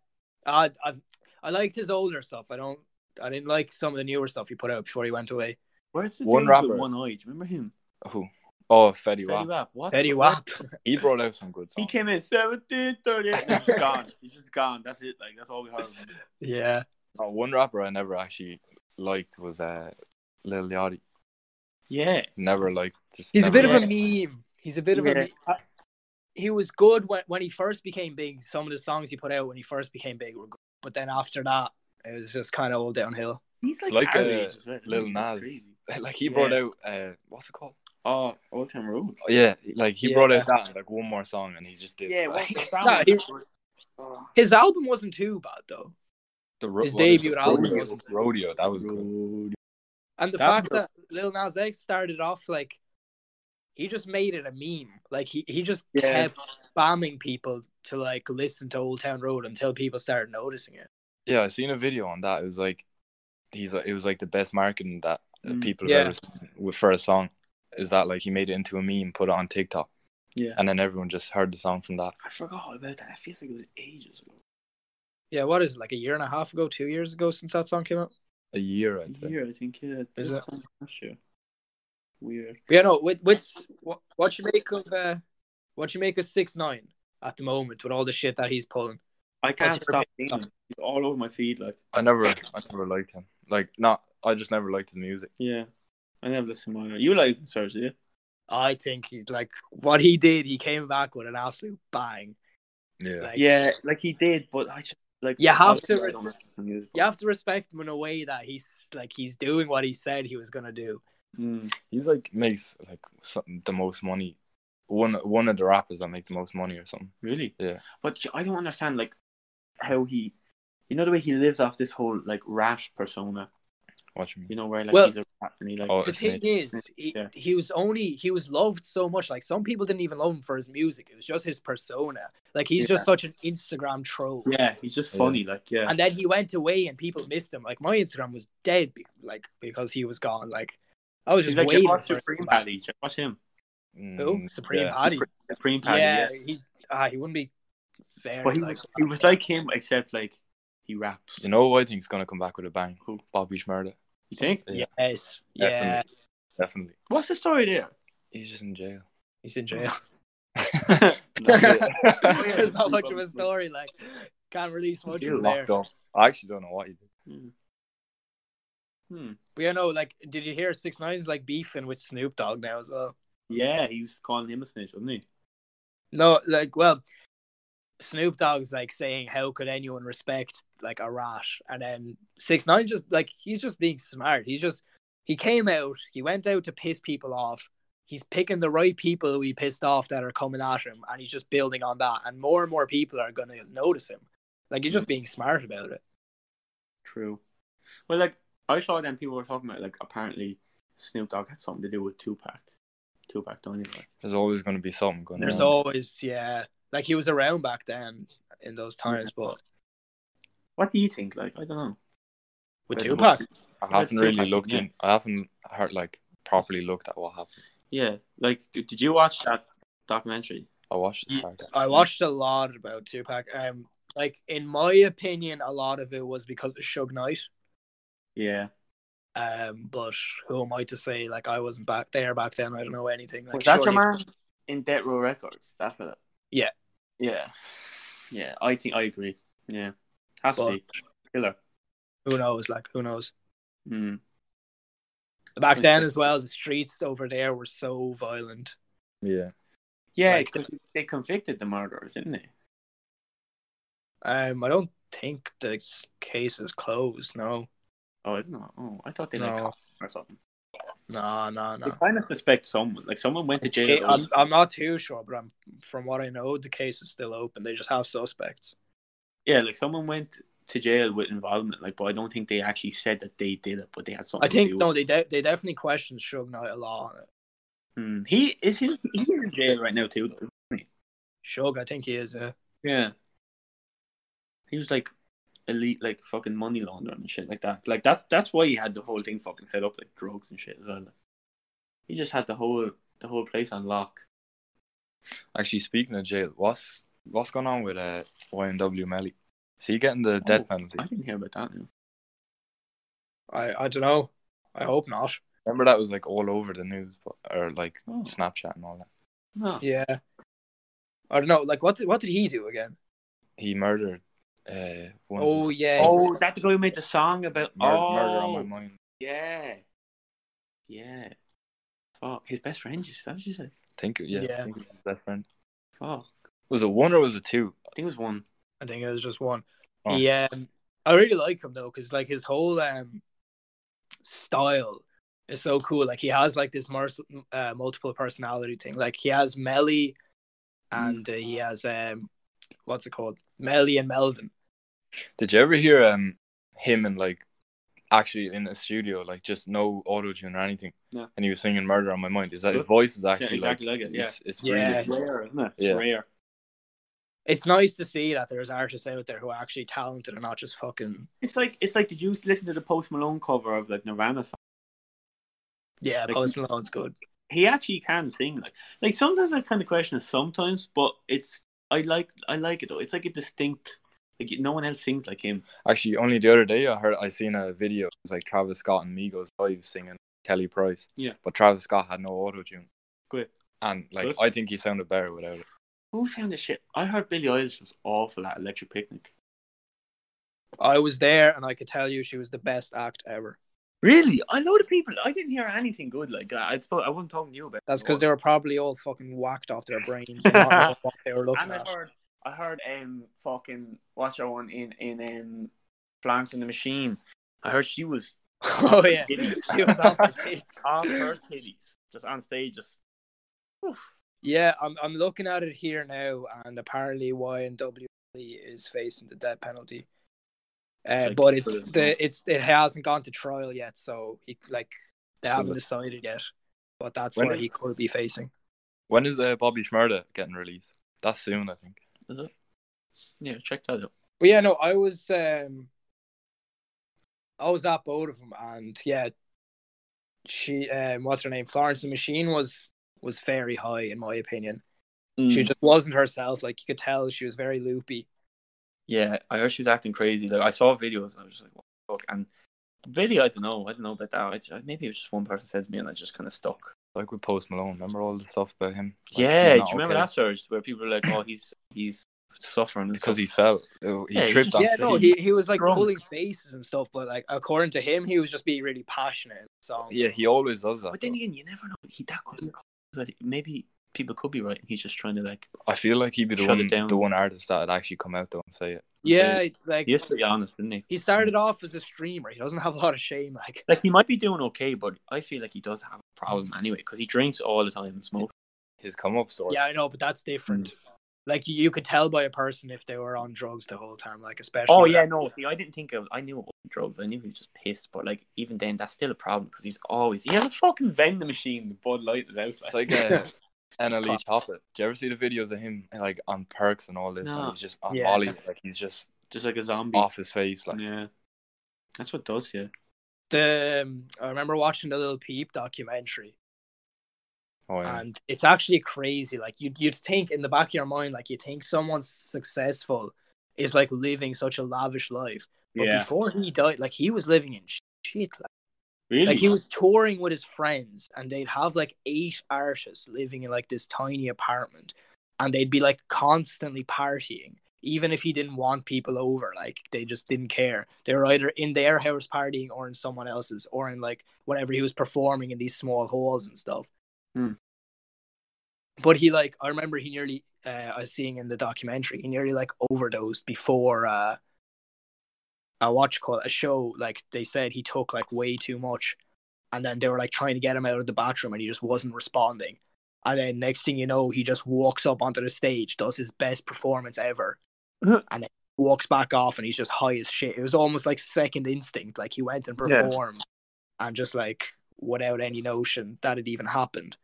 [SPEAKER 2] I I I liked his older stuff. I don't. I didn't like some of the newer stuff he put out before he went away.
[SPEAKER 1] where's the
[SPEAKER 3] One
[SPEAKER 1] one
[SPEAKER 3] rapper.
[SPEAKER 1] with one eye do you remember him
[SPEAKER 3] Who? Oh, Fetty
[SPEAKER 1] Fetty
[SPEAKER 3] Wap.
[SPEAKER 1] Wap what the
[SPEAKER 2] Eddie
[SPEAKER 1] fuck?
[SPEAKER 2] Wap.
[SPEAKER 3] He brought out some good
[SPEAKER 1] He
[SPEAKER 3] songs.
[SPEAKER 1] came in 17, 38. He's just gone. He's just gone. That's it. Like that's all we heard. Of him.
[SPEAKER 2] Yeah.
[SPEAKER 3] No, one rapper I never actually liked was uh, Lil Yachty.
[SPEAKER 1] Yeah.
[SPEAKER 3] Never liked. Just
[SPEAKER 2] He's a
[SPEAKER 3] never
[SPEAKER 2] bit
[SPEAKER 3] liked
[SPEAKER 2] of a meme. He's a bit of
[SPEAKER 1] Yeah.
[SPEAKER 2] a meme. I- He was good when, when he first became big. Some of the songs he put out when he first became big were good. But then after that, it was just kind of all downhill.
[SPEAKER 1] He's
[SPEAKER 3] It's like,
[SPEAKER 1] our
[SPEAKER 3] uh,
[SPEAKER 1] age as well.
[SPEAKER 3] Lil
[SPEAKER 1] That's
[SPEAKER 3] Nas.
[SPEAKER 1] crazy.
[SPEAKER 3] Like he brought out uh, what's it called?
[SPEAKER 1] Oh, all time road.
[SPEAKER 3] Oh, yeah, like he
[SPEAKER 2] Yeah.
[SPEAKER 3] brought out that like one more song, and he just did.
[SPEAKER 1] Yeah.
[SPEAKER 3] like,
[SPEAKER 1] What,
[SPEAKER 2] Nah,
[SPEAKER 1] that
[SPEAKER 2] he-
[SPEAKER 1] one- Oh.
[SPEAKER 2] His album wasn't too bad, though.
[SPEAKER 3] the ro-
[SPEAKER 2] His
[SPEAKER 3] what is it?
[SPEAKER 2] debut album
[SPEAKER 3] rodeo,
[SPEAKER 2] wasn't-
[SPEAKER 3] rodeo. That was good.
[SPEAKER 1] Road.
[SPEAKER 2] And the
[SPEAKER 1] That
[SPEAKER 2] fact
[SPEAKER 1] was-
[SPEAKER 2] that Lil Nas X started off like he just made it a meme. Like he, he just
[SPEAKER 1] Yeah.
[SPEAKER 2] kept spamming people to like listen to Old Town Road until people started noticing it.
[SPEAKER 3] Yeah, I seen a video on that. It was like he's like it was like the best marketing that uh,
[SPEAKER 1] Mm.
[SPEAKER 3] people
[SPEAKER 2] Yeah.
[SPEAKER 3] have ever seen with- for a song. Is that like he made it into a meme, put it on TikTok,
[SPEAKER 1] Yeah.
[SPEAKER 3] and then everyone just heard the song from that.
[SPEAKER 1] I forgot all about that. It feels like it was ages ago.
[SPEAKER 2] Yeah, what is it, like a year and a half ago, two years ago since that song came out?
[SPEAKER 3] A year, I'd
[SPEAKER 1] A
[SPEAKER 3] say.
[SPEAKER 1] year, I think. Yeah,
[SPEAKER 2] Is
[SPEAKER 1] this
[SPEAKER 2] it?
[SPEAKER 1] time last year. Weird.
[SPEAKER 2] But yeah, no. With, with what what you make of uh, what you make of six nine at the moment with all the shit that he's pulling?
[SPEAKER 1] I can't
[SPEAKER 2] your
[SPEAKER 1] stop seeing
[SPEAKER 2] opinion?
[SPEAKER 1] him. He's all over my feed. Like,
[SPEAKER 3] I never, I never liked him. Like, not. I just never liked his music.
[SPEAKER 1] yeah, I never listened to him. either. You like him, Serge? Yeah.
[SPEAKER 2] I think he like what he did. He came back with an absolute bang.
[SPEAKER 3] Yeah.
[SPEAKER 2] Like,
[SPEAKER 1] Yeah, like he did, but I just like
[SPEAKER 2] You have
[SPEAKER 1] I
[SPEAKER 2] to
[SPEAKER 1] don't
[SPEAKER 2] res-
[SPEAKER 1] listen to music.
[SPEAKER 2] you have to respect him in a way that he's like he's doing what he said he was gonna do.
[SPEAKER 1] Mm.
[SPEAKER 3] He's like makes like some, the most money. One one of the rappers that make the most money or something.
[SPEAKER 1] Really?
[SPEAKER 3] Yeah.
[SPEAKER 1] But j- I don't understand like how he, you know, the way he lives off this whole like rat persona.
[SPEAKER 3] Watch me.
[SPEAKER 1] You know, where like
[SPEAKER 2] Well-
[SPEAKER 1] he's a rat and he like.
[SPEAKER 3] Oh,
[SPEAKER 2] the
[SPEAKER 3] it's
[SPEAKER 2] thing is, he,
[SPEAKER 1] Yeah.
[SPEAKER 2] he was only he was loved so much. Like some people didn't even love him for his music. It was just his persona. Like he's just such an Instagram troll.
[SPEAKER 1] Yeah, he's just funny. Like, yeah,
[SPEAKER 2] And then he went away, and people missed him. Like my Instagram was dead, be- like because he was gone. Like I was
[SPEAKER 1] he's
[SPEAKER 2] just
[SPEAKER 1] like
[SPEAKER 2] waiting.
[SPEAKER 1] you watch
[SPEAKER 2] for him to
[SPEAKER 1] Supreme
[SPEAKER 2] come back.
[SPEAKER 1] Paddy. Just watch him.
[SPEAKER 2] Who?
[SPEAKER 3] Mm,
[SPEAKER 2] Supreme
[SPEAKER 3] yeah.
[SPEAKER 2] Paddy.
[SPEAKER 1] Supreme Paddy.
[SPEAKER 2] Yeah,
[SPEAKER 1] Yeah.
[SPEAKER 2] he's ah, he wouldn't be fair.
[SPEAKER 1] But he
[SPEAKER 2] like,
[SPEAKER 1] was he was like him, except like he raps.
[SPEAKER 3] You know who I think's gonna come back with a bang?
[SPEAKER 1] Who?
[SPEAKER 3] Bobby Shmurda.
[SPEAKER 1] You think?
[SPEAKER 2] yes, yeah,
[SPEAKER 3] Definitely. Definitely.
[SPEAKER 1] What's the story there?
[SPEAKER 3] He's just in jail.
[SPEAKER 2] he's in jail.
[SPEAKER 1] Oh, yeah.
[SPEAKER 2] There's not much of a story. Like can't release much
[SPEAKER 1] He's
[SPEAKER 2] from there.
[SPEAKER 3] Locked up. I actually don't know what he did.
[SPEAKER 2] But you know, like, did you hear Six Nine's like beefing with Snoop Dogg now as well?
[SPEAKER 1] Yeah, he was calling him a snitch, wasn't he?
[SPEAKER 2] No, like, well, Snoop Dogg's like saying, "How could anyone respect like a rat?" And then Six Nine just like he's just being smart. He's just he came out, he went out to piss people off. He's picking the right people who he pissed off that are coming at him, and he's just building on that. And more and more people are gonna notice him. Like he's just being smart about it.
[SPEAKER 1] True. Well, like I saw then people were talking about like apparently Snoop Dogg had something to do with Tupac. Tupac don't he? Like,
[SPEAKER 3] There's always gonna be something going
[SPEAKER 2] There's
[SPEAKER 1] Mm.
[SPEAKER 3] on.
[SPEAKER 2] always yeah, like he was around back then in those times, but
[SPEAKER 1] what do you think? Like I don't know.
[SPEAKER 2] with
[SPEAKER 1] Very much.
[SPEAKER 2] Tupac,
[SPEAKER 3] I
[SPEAKER 1] Let's
[SPEAKER 3] haven't
[SPEAKER 1] see
[SPEAKER 3] really
[SPEAKER 1] if I can-
[SPEAKER 3] looked
[SPEAKER 1] yeah.
[SPEAKER 3] in. I haven't heard like properly looked at what happened.
[SPEAKER 1] Yeah, like did, did you watch that documentary?
[SPEAKER 3] I watched this
[SPEAKER 2] Ye-
[SPEAKER 3] part.
[SPEAKER 2] I watched a lot about Tupac. Um, like in my opinion, a lot of it was because of Suge Knight.
[SPEAKER 1] Yeah.
[SPEAKER 2] Um, but who am I to say? Like I wasn't back there back then. I don't know anything. Like,
[SPEAKER 1] was that your
[SPEAKER 2] surely-
[SPEAKER 1] man in Death Row Records? That's it.
[SPEAKER 2] Yeah.
[SPEAKER 1] Yeah. Yeah. I think I agree. Yeah. Has
[SPEAKER 2] But
[SPEAKER 1] to be killer.
[SPEAKER 2] Who knows? Like who knows?
[SPEAKER 1] Mm.
[SPEAKER 2] Back
[SPEAKER 1] That's
[SPEAKER 2] then
[SPEAKER 1] it.
[SPEAKER 2] as well, the streets over there were so violent.
[SPEAKER 3] Yeah.
[SPEAKER 1] Yeah,
[SPEAKER 2] Like-
[SPEAKER 1] 'cause they convicted the murderers, didn't they?
[SPEAKER 2] Um, I don't think the s- case is closed. No,
[SPEAKER 1] Oh, isn't it? Oh, I thought they like
[SPEAKER 2] no,
[SPEAKER 1] caught or something.
[SPEAKER 2] no, no,
[SPEAKER 1] I
[SPEAKER 2] no. um,
[SPEAKER 1] kind of suspect someone. Like someone went to jail.
[SPEAKER 2] I'm, I'm not too sure, but I'm from what I know, the case is still open. They just have suspects.
[SPEAKER 1] yeah, like someone went to jail with involvement. Like, but I don't think they actually said that they did it, but Oh, they had something.
[SPEAKER 2] I think
[SPEAKER 1] to do
[SPEAKER 2] no, they de- they definitely questioned Suge Knight a lot on it.
[SPEAKER 1] With it. Hmm. He is he, he's in jail right now too. Though.
[SPEAKER 2] Suge, I think he is. Yeah.
[SPEAKER 1] Yeah. He was like elite, like fucking money laundering and shit like that. Like that's that's why he had the whole thing fucking set up, like drugs and shit as well. He just had the whole the whole place on lock.
[SPEAKER 3] Actually, speaking of jail, what's what's going on with uh, YNW Melly? Is he getting the death
[SPEAKER 1] Oh,
[SPEAKER 3] penalty?
[SPEAKER 1] I didn't hear about that. Now.
[SPEAKER 2] I I don't know. I hope not.
[SPEAKER 3] Remember that was like all over the news, but, or like
[SPEAKER 1] Oh.
[SPEAKER 3] Snapchat and all that.
[SPEAKER 1] No.
[SPEAKER 2] Yeah. I don't know. Like what did what did he do again?
[SPEAKER 3] He murdered. Uh, one of
[SPEAKER 2] Oh
[SPEAKER 3] his-
[SPEAKER 2] yeah.
[SPEAKER 1] Oh, that the guy who made the song about
[SPEAKER 3] Mur-
[SPEAKER 1] oh,
[SPEAKER 3] murder on my mind.
[SPEAKER 1] Yeah. Yeah. Fuck. His best friend just that was just like
[SPEAKER 3] think yeah,
[SPEAKER 2] Yeah.
[SPEAKER 3] I think it was his best friend.
[SPEAKER 1] fuck.
[SPEAKER 3] Was it one or was it two?
[SPEAKER 1] I think it was one.
[SPEAKER 2] I think it was just one.
[SPEAKER 3] Oh.
[SPEAKER 2] Yeah. I really like him though, because like his whole um style is so cool. Like he has like this mar- uh, multiple personality thing. Like he has Melly, and uh, he has um what's it called? Melly and Melvin.
[SPEAKER 3] Did you ever hear um him and like actually in a studio, like just no auto tune or anything?
[SPEAKER 1] No.
[SPEAKER 3] And he was singing "Murder on My Mind." Is that his
[SPEAKER 1] Yeah.
[SPEAKER 3] voice is actually
[SPEAKER 1] exactly like it, yeah.
[SPEAKER 3] It's, it's
[SPEAKER 2] Yeah.
[SPEAKER 3] really-
[SPEAKER 1] It's rare, isn't it? It's
[SPEAKER 3] Yeah.
[SPEAKER 1] rare.
[SPEAKER 2] It's nice to see that there's artists out there who are actually talented and not just fucking
[SPEAKER 1] It's like it's like did you listen to the Post Malone cover of like Nirvana song?
[SPEAKER 2] yeah.
[SPEAKER 1] Like-
[SPEAKER 2] Post Malone's good.
[SPEAKER 1] He actually can sing like like sometimes I kind of question it sometimes, but it's I like I like it though. It's like a distinct Like no one else sings like him.
[SPEAKER 3] Actually, only the other day I heard I seen a video. It was like Travis Scott and Migos live singing Kelly Price.
[SPEAKER 1] Yeah.
[SPEAKER 3] But Travis Scott had no auto tune.
[SPEAKER 1] Good.
[SPEAKER 3] And like
[SPEAKER 1] Good.
[SPEAKER 3] I think he sounded better without it.
[SPEAKER 1] Who found this shit? I heard Billie Eilish was awful at Electric Picnic.
[SPEAKER 2] I was there and I could tell you she was the best act ever.
[SPEAKER 1] Really? I know the people. I didn't hear anything good. Like I, I suppose I wasn't talking to you about.
[SPEAKER 2] That's
[SPEAKER 1] it.
[SPEAKER 2] because they were probably all fucking whacked off their brains and not knowing what they were looking
[SPEAKER 1] And I
[SPEAKER 2] at.
[SPEAKER 1] heard, I heard, um, fucking what's her one in in um, Florence and the Machine. I heard she was
[SPEAKER 2] Oh yeah,
[SPEAKER 1] Hideous.
[SPEAKER 2] she was off her tits.
[SPEAKER 1] on her titties, just on stage, just
[SPEAKER 2] Yeah, I'm I'm looking at it here now, and apparently YNW is facing the death penalty. Uh,
[SPEAKER 1] Like,
[SPEAKER 2] but it's
[SPEAKER 1] for-
[SPEAKER 2] the it's it hasn't gone to trial yet, so he like they
[SPEAKER 3] So
[SPEAKER 2] haven't
[SPEAKER 3] the-
[SPEAKER 2] decided yet. But that's
[SPEAKER 3] When
[SPEAKER 2] what
[SPEAKER 3] is-
[SPEAKER 2] he could be facing.
[SPEAKER 3] When is uh, Bobby Shmurda getting released? That's soon, I think.
[SPEAKER 2] Uh-huh.
[SPEAKER 1] yeah. Check that out.
[SPEAKER 2] But yeah, no, I was um I was at both of them and yeah she um what's her name? Florence the Machine was was very high in my opinion.
[SPEAKER 1] Mm, Hmm.
[SPEAKER 2] She just wasn't herself, like you could tell she was very loopy.
[SPEAKER 1] Yeah, I heard she was acting crazy. Like I saw videos, and I was just like, what the fuck? And really, I don't know. I don't know about that. I ju- maybe it was just one person said to me, and I just kind of stuck.
[SPEAKER 3] Like with Post Malone, remember all the stuff about him? Like,
[SPEAKER 1] yeah,
[SPEAKER 3] he's
[SPEAKER 1] do you
[SPEAKER 3] not
[SPEAKER 1] remember
[SPEAKER 3] okay
[SPEAKER 1] that surge where people were like, oh, he's he's suffering and
[SPEAKER 3] Because
[SPEAKER 1] stuff?
[SPEAKER 3] he fell. Uh, He
[SPEAKER 1] Yeah, he
[SPEAKER 3] tripped
[SPEAKER 1] just-
[SPEAKER 3] on
[SPEAKER 2] yeah,
[SPEAKER 3] stage.
[SPEAKER 2] no, he, he was like
[SPEAKER 1] drunk.
[SPEAKER 2] pulling faces and stuff, but like according to him, he was just being really passionate in the song.
[SPEAKER 3] Yeah, he always does that.
[SPEAKER 1] But then again, you never know. He that could but maybe people could be right. He's just trying to like.
[SPEAKER 3] though. I feel like he'd be the
[SPEAKER 1] Shut
[SPEAKER 3] one,
[SPEAKER 1] it down.
[SPEAKER 3] the one artist that'd actually come out though and say it.
[SPEAKER 2] yeah, it's like
[SPEAKER 1] He is pretty honest, isn't he?
[SPEAKER 2] he started off as a streamer. He doesn't have a lot of shame, like
[SPEAKER 1] Like he might be doing okay, but I feel like he does have a problem anyway because he drinks all the time and smokes.
[SPEAKER 3] His come up story.
[SPEAKER 2] Yeah, I know, but that's different. Like you, you could tell by a person if they were on drugs the whole time, like especially.
[SPEAKER 1] Oh yeah, no. See, I didn't think of. I knew it wasn't drugs. I knew he was just pissed. But like, even then, that's still a problem because he's always he has a fucking vending machine. The Bud Light is out.
[SPEAKER 3] It's like uh, NLE Chocolate. Do you ever see the videos of him like on perks and all this?
[SPEAKER 1] No.
[SPEAKER 3] And he's just on
[SPEAKER 2] Yeah.
[SPEAKER 3] Molly, like he's just
[SPEAKER 1] just like a zombie.
[SPEAKER 3] off his face. Like
[SPEAKER 1] Yeah, that's what does you.
[SPEAKER 2] The, um, I remember watching the Little Peep documentary,
[SPEAKER 3] oh yeah,
[SPEAKER 2] and it's actually crazy. Like you, you'd think in the back of your mind, like you think someone's successful is like living such a lavish life, but before he died, like he was living in shit. Like,
[SPEAKER 1] really.
[SPEAKER 2] like he was touring with his friends, and they'd have like eight artists living in like this tiny apartment, and they'd be like constantly partying, even if he didn't want people over. Like they just didn't care. They were either in their house partying or in someone else's, or in like whenever he was performing in these small halls and stuff.
[SPEAKER 1] Hmm.
[SPEAKER 2] But he like I remember he nearly uh, I was seeing in the documentary he nearly like overdosed before uh, a watch call a show like they said he took like way too much and then they were like trying to get him out of the bathroom and he just wasn't responding and then next thing you know he just walks up onto the stage does his best performance ever and then walks back off and he's just high as shit it was almost like second instinct like he went and
[SPEAKER 1] Yeah.
[SPEAKER 2] performed and just like without any notion that it even happened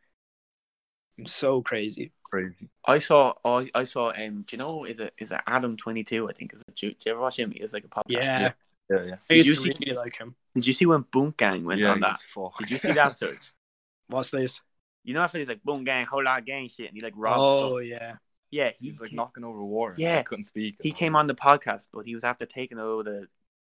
[SPEAKER 2] it's so crazy
[SPEAKER 3] crazy.
[SPEAKER 1] I saw. I, I saw. Um, do you know? Is it is it Adam twenty two? I think is it. Do you, do you ever watch him? It's like a podcast.
[SPEAKER 2] yeah,
[SPEAKER 3] Yeah, yeah.
[SPEAKER 2] i
[SPEAKER 1] Did you
[SPEAKER 2] used to
[SPEAKER 1] see-
[SPEAKER 2] really like him
[SPEAKER 1] Did you see when Boom Gang went
[SPEAKER 3] yeah,
[SPEAKER 1] on that?
[SPEAKER 3] he's fuck.
[SPEAKER 1] Did you see that search?
[SPEAKER 2] what's this
[SPEAKER 1] You know, after he's like Boom Gang, whole lot of gang shit, and he like robs.
[SPEAKER 2] oh
[SPEAKER 1] stuff.
[SPEAKER 2] yeah
[SPEAKER 1] yeah. He,
[SPEAKER 3] He's like knocking over water.
[SPEAKER 1] Yeah.
[SPEAKER 3] he couldn't speak.
[SPEAKER 1] he came on the podcast, but he was after taking a load of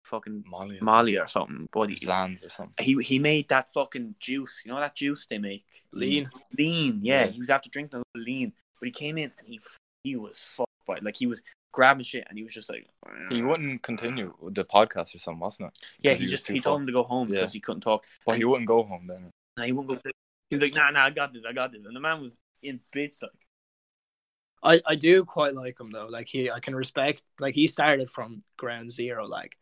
[SPEAKER 1] fucking
[SPEAKER 3] Molly,
[SPEAKER 1] Molly or something. But he,
[SPEAKER 3] Zans or something.
[SPEAKER 1] he he made that fucking juice. You know that juice they make?
[SPEAKER 2] lean
[SPEAKER 1] Lean, yeah.
[SPEAKER 3] Yeah.
[SPEAKER 1] He was after drinking a lot of lean. But he came in and he he was fucked by it. Like he was grabbing shit and he was just like
[SPEAKER 3] He wouldn't continue with the podcast or something, wasn't it?
[SPEAKER 1] Yeah,
[SPEAKER 3] 'cause
[SPEAKER 1] he,
[SPEAKER 3] was
[SPEAKER 1] just
[SPEAKER 3] too
[SPEAKER 1] he told him
[SPEAKER 3] fucked.
[SPEAKER 1] to go home
[SPEAKER 3] Yeah.
[SPEAKER 1] because he couldn't talk.
[SPEAKER 3] But he wouldn't go home then.
[SPEAKER 1] And he wouldn't go he was like, nah nah, I got this, I got this. And the man was in bits like
[SPEAKER 2] I, I do quite like him though. Like he, I can respect. Like he started from ground zero, like,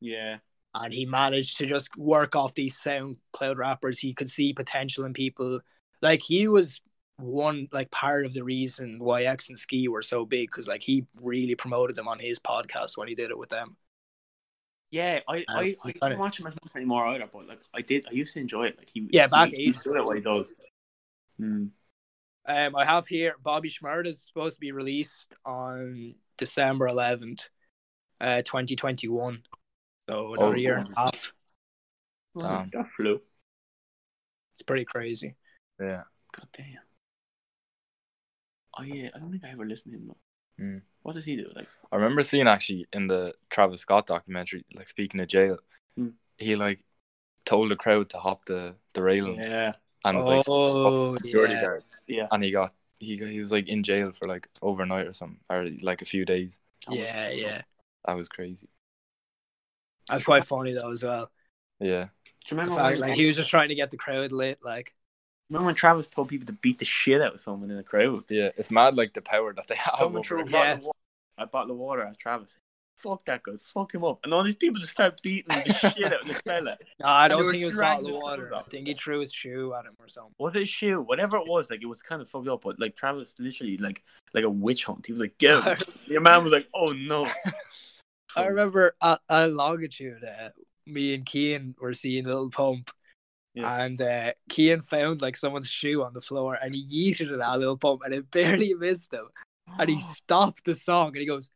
[SPEAKER 1] Yeah.
[SPEAKER 2] and he managed to just work off these SoundCloud rappers. He could see potential in people. Like he was one, like part of the reason why X and Ski were so big because like he really promoted them on his podcast when he did it with them.
[SPEAKER 1] Yeah, I
[SPEAKER 2] Uh,
[SPEAKER 1] I,
[SPEAKER 2] he
[SPEAKER 1] I
[SPEAKER 2] got it.
[SPEAKER 1] don't watch him as much anymore either, but like I did I used to enjoy it. Like he
[SPEAKER 2] Yeah,
[SPEAKER 1] he-
[SPEAKER 2] back
[SPEAKER 1] he,
[SPEAKER 2] ages.
[SPEAKER 1] good at what he does. Mm.
[SPEAKER 2] Um, I have here Bobby Schmurd is supposed to be released on December eleventh, uh, twenty twenty one. So another
[SPEAKER 3] Oh,
[SPEAKER 2] year and a half.
[SPEAKER 3] Damn.
[SPEAKER 1] That flew.
[SPEAKER 2] It's pretty crazy.
[SPEAKER 3] Yeah.
[SPEAKER 1] Oh, God damn. I yeah, I don't think I ever listened to him. Though.
[SPEAKER 3] Mm.
[SPEAKER 1] What does he do? Like,
[SPEAKER 3] I remember seeing actually in the Travis Scott documentary, like speaking of jail,
[SPEAKER 1] Mm.
[SPEAKER 3] he like told the crowd to hop the, the railings
[SPEAKER 1] yeah,
[SPEAKER 3] and was like
[SPEAKER 2] Oh,
[SPEAKER 3] security
[SPEAKER 2] yeah.
[SPEAKER 3] guard.
[SPEAKER 1] yeah,
[SPEAKER 3] And he got he got- he was like in jail for like overnight or something or like a few days.
[SPEAKER 1] That was-
[SPEAKER 2] Yeah, yeah.
[SPEAKER 3] That was crazy.
[SPEAKER 2] That's quite funny, though, as well.
[SPEAKER 3] Yeah.
[SPEAKER 1] Do you
[SPEAKER 2] The
[SPEAKER 1] remember
[SPEAKER 2] fact,
[SPEAKER 1] when,
[SPEAKER 2] like, he was just trying to get the crowd lit, like,
[SPEAKER 1] remember when Travis told people to beat the shit out of someone in the crowd?
[SPEAKER 3] Yeah. It's mad like the power that they have.
[SPEAKER 1] Someone
[SPEAKER 3] over
[SPEAKER 1] threw a
[SPEAKER 3] it.
[SPEAKER 1] bottle, of water, a bottle of water at Travis. Fuck that guy. Fuck him up. And all these people just start beating the shit out of this fella.
[SPEAKER 2] no, I
[SPEAKER 1] And they
[SPEAKER 2] don't
[SPEAKER 1] were
[SPEAKER 2] think it was
[SPEAKER 1] dragging
[SPEAKER 2] bottle of
[SPEAKER 1] the clothes
[SPEAKER 2] water. I
[SPEAKER 1] off.
[SPEAKER 2] think he threw his shoe at him or something.
[SPEAKER 1] Was it a shoe? Whatever it was, like it was kind of fucked up. But like Travis, literally, like like a witch hunt. He was like, "Get him." Your man was like, "Oh no."
[SPEAKER 2] I remember at, at Longitude, uh, me and Kean were seeing Little Pump,
[SPEAKER 1] Yeah.
[SPEAKER 2] and uh, Kean found like someone's shoe on the floor, and he yeeted it at Little Pump, and it barely missed him. And he stopped the song, and he goes,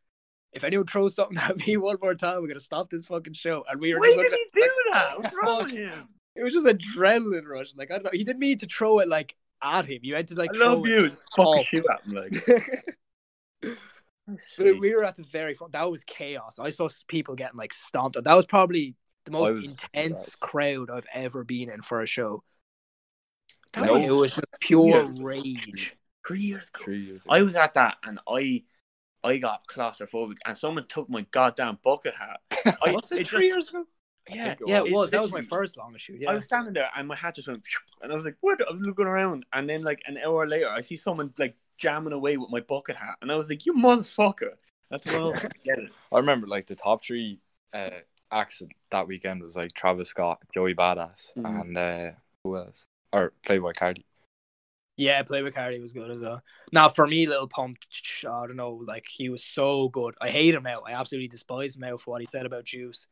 [SPEAKER 2] "If anyone throws something at me one more time, we're gonna stop this fucking show." And we were
[SPEAKER 1] Why did
[SPEAKER 2] just looking
[SPEAKER 1] he
[SPEAKER 2] at-
[SPEAKER 1] do
[SPEAKER 2] like,
[SPEAKER 1] that? What's wrong with him?
[SPEAKER 2] it was just adrenaline rush. Like I don't know, he didn't mean to throw it like at him. You had to like
[SPEAKER 1] I
[SPEAKER 2] throw
[SPEAKER 1] love you.
[SPEAKER 2] it.
[SPEAKER 1] Fucking
[SPEAKER 2] Oh.
[SPEAKER 1] shoot at him, like.
[SPEAKER 2] But we were at the very front. That was chaos. I saw s- people getting like stomped on. That was probably the most
[SPEAKER 3] was-
[SPEAKER 2] intense crowd I've ever been in for a show.
[SPEAKER 1] That
[SPEAKER 2] Like,
[SPEAKER 1] was
[SPEAKER 2] it was just pure
[SPEAKER 1] weird.
[SPEAKER 2] rage.
[SPEAKER 1] three years ago.
[SPEAKER 3] Three years ago.
[SPEAKER 1] I was at that and I I got claustrophobic and someone took my goddamn bucket hat. I,
[SPEAKER 2] Was it
[SPEAKER 1] just-
[SPEAKER 2] three years ago?
[SPEAKER 1] Yeah,
[SPEAKER 3] think it
[SPEAKER 2] Yeah, it was. That was my
[SPEAKER 1] literally-
[SPEAKER 2] first long shoot. Yeah.
[SPEAKER 1] I was standing there and my hat just went, and I was like, "What?" I was looking around, and then like an hour later, I see someone like jamming away with my bucket hat, and I was like, "You motherfucker!" That's when I get it.
[SPEAKER 3] I remember like the top three uh, acts that weekend was like Travis Scott, Joey Badass,
[SPEAKER 1] Mhm.
[SPEAKER 3] and uh, who else? Or Playboy Cardi.
[SPEAKER 2] Yeah, play with Cardi was good as well. Now for me, Little Pump, ch- I don't know, like he was so good. I hate him out. I absolutely despise him out for what he said about Juice,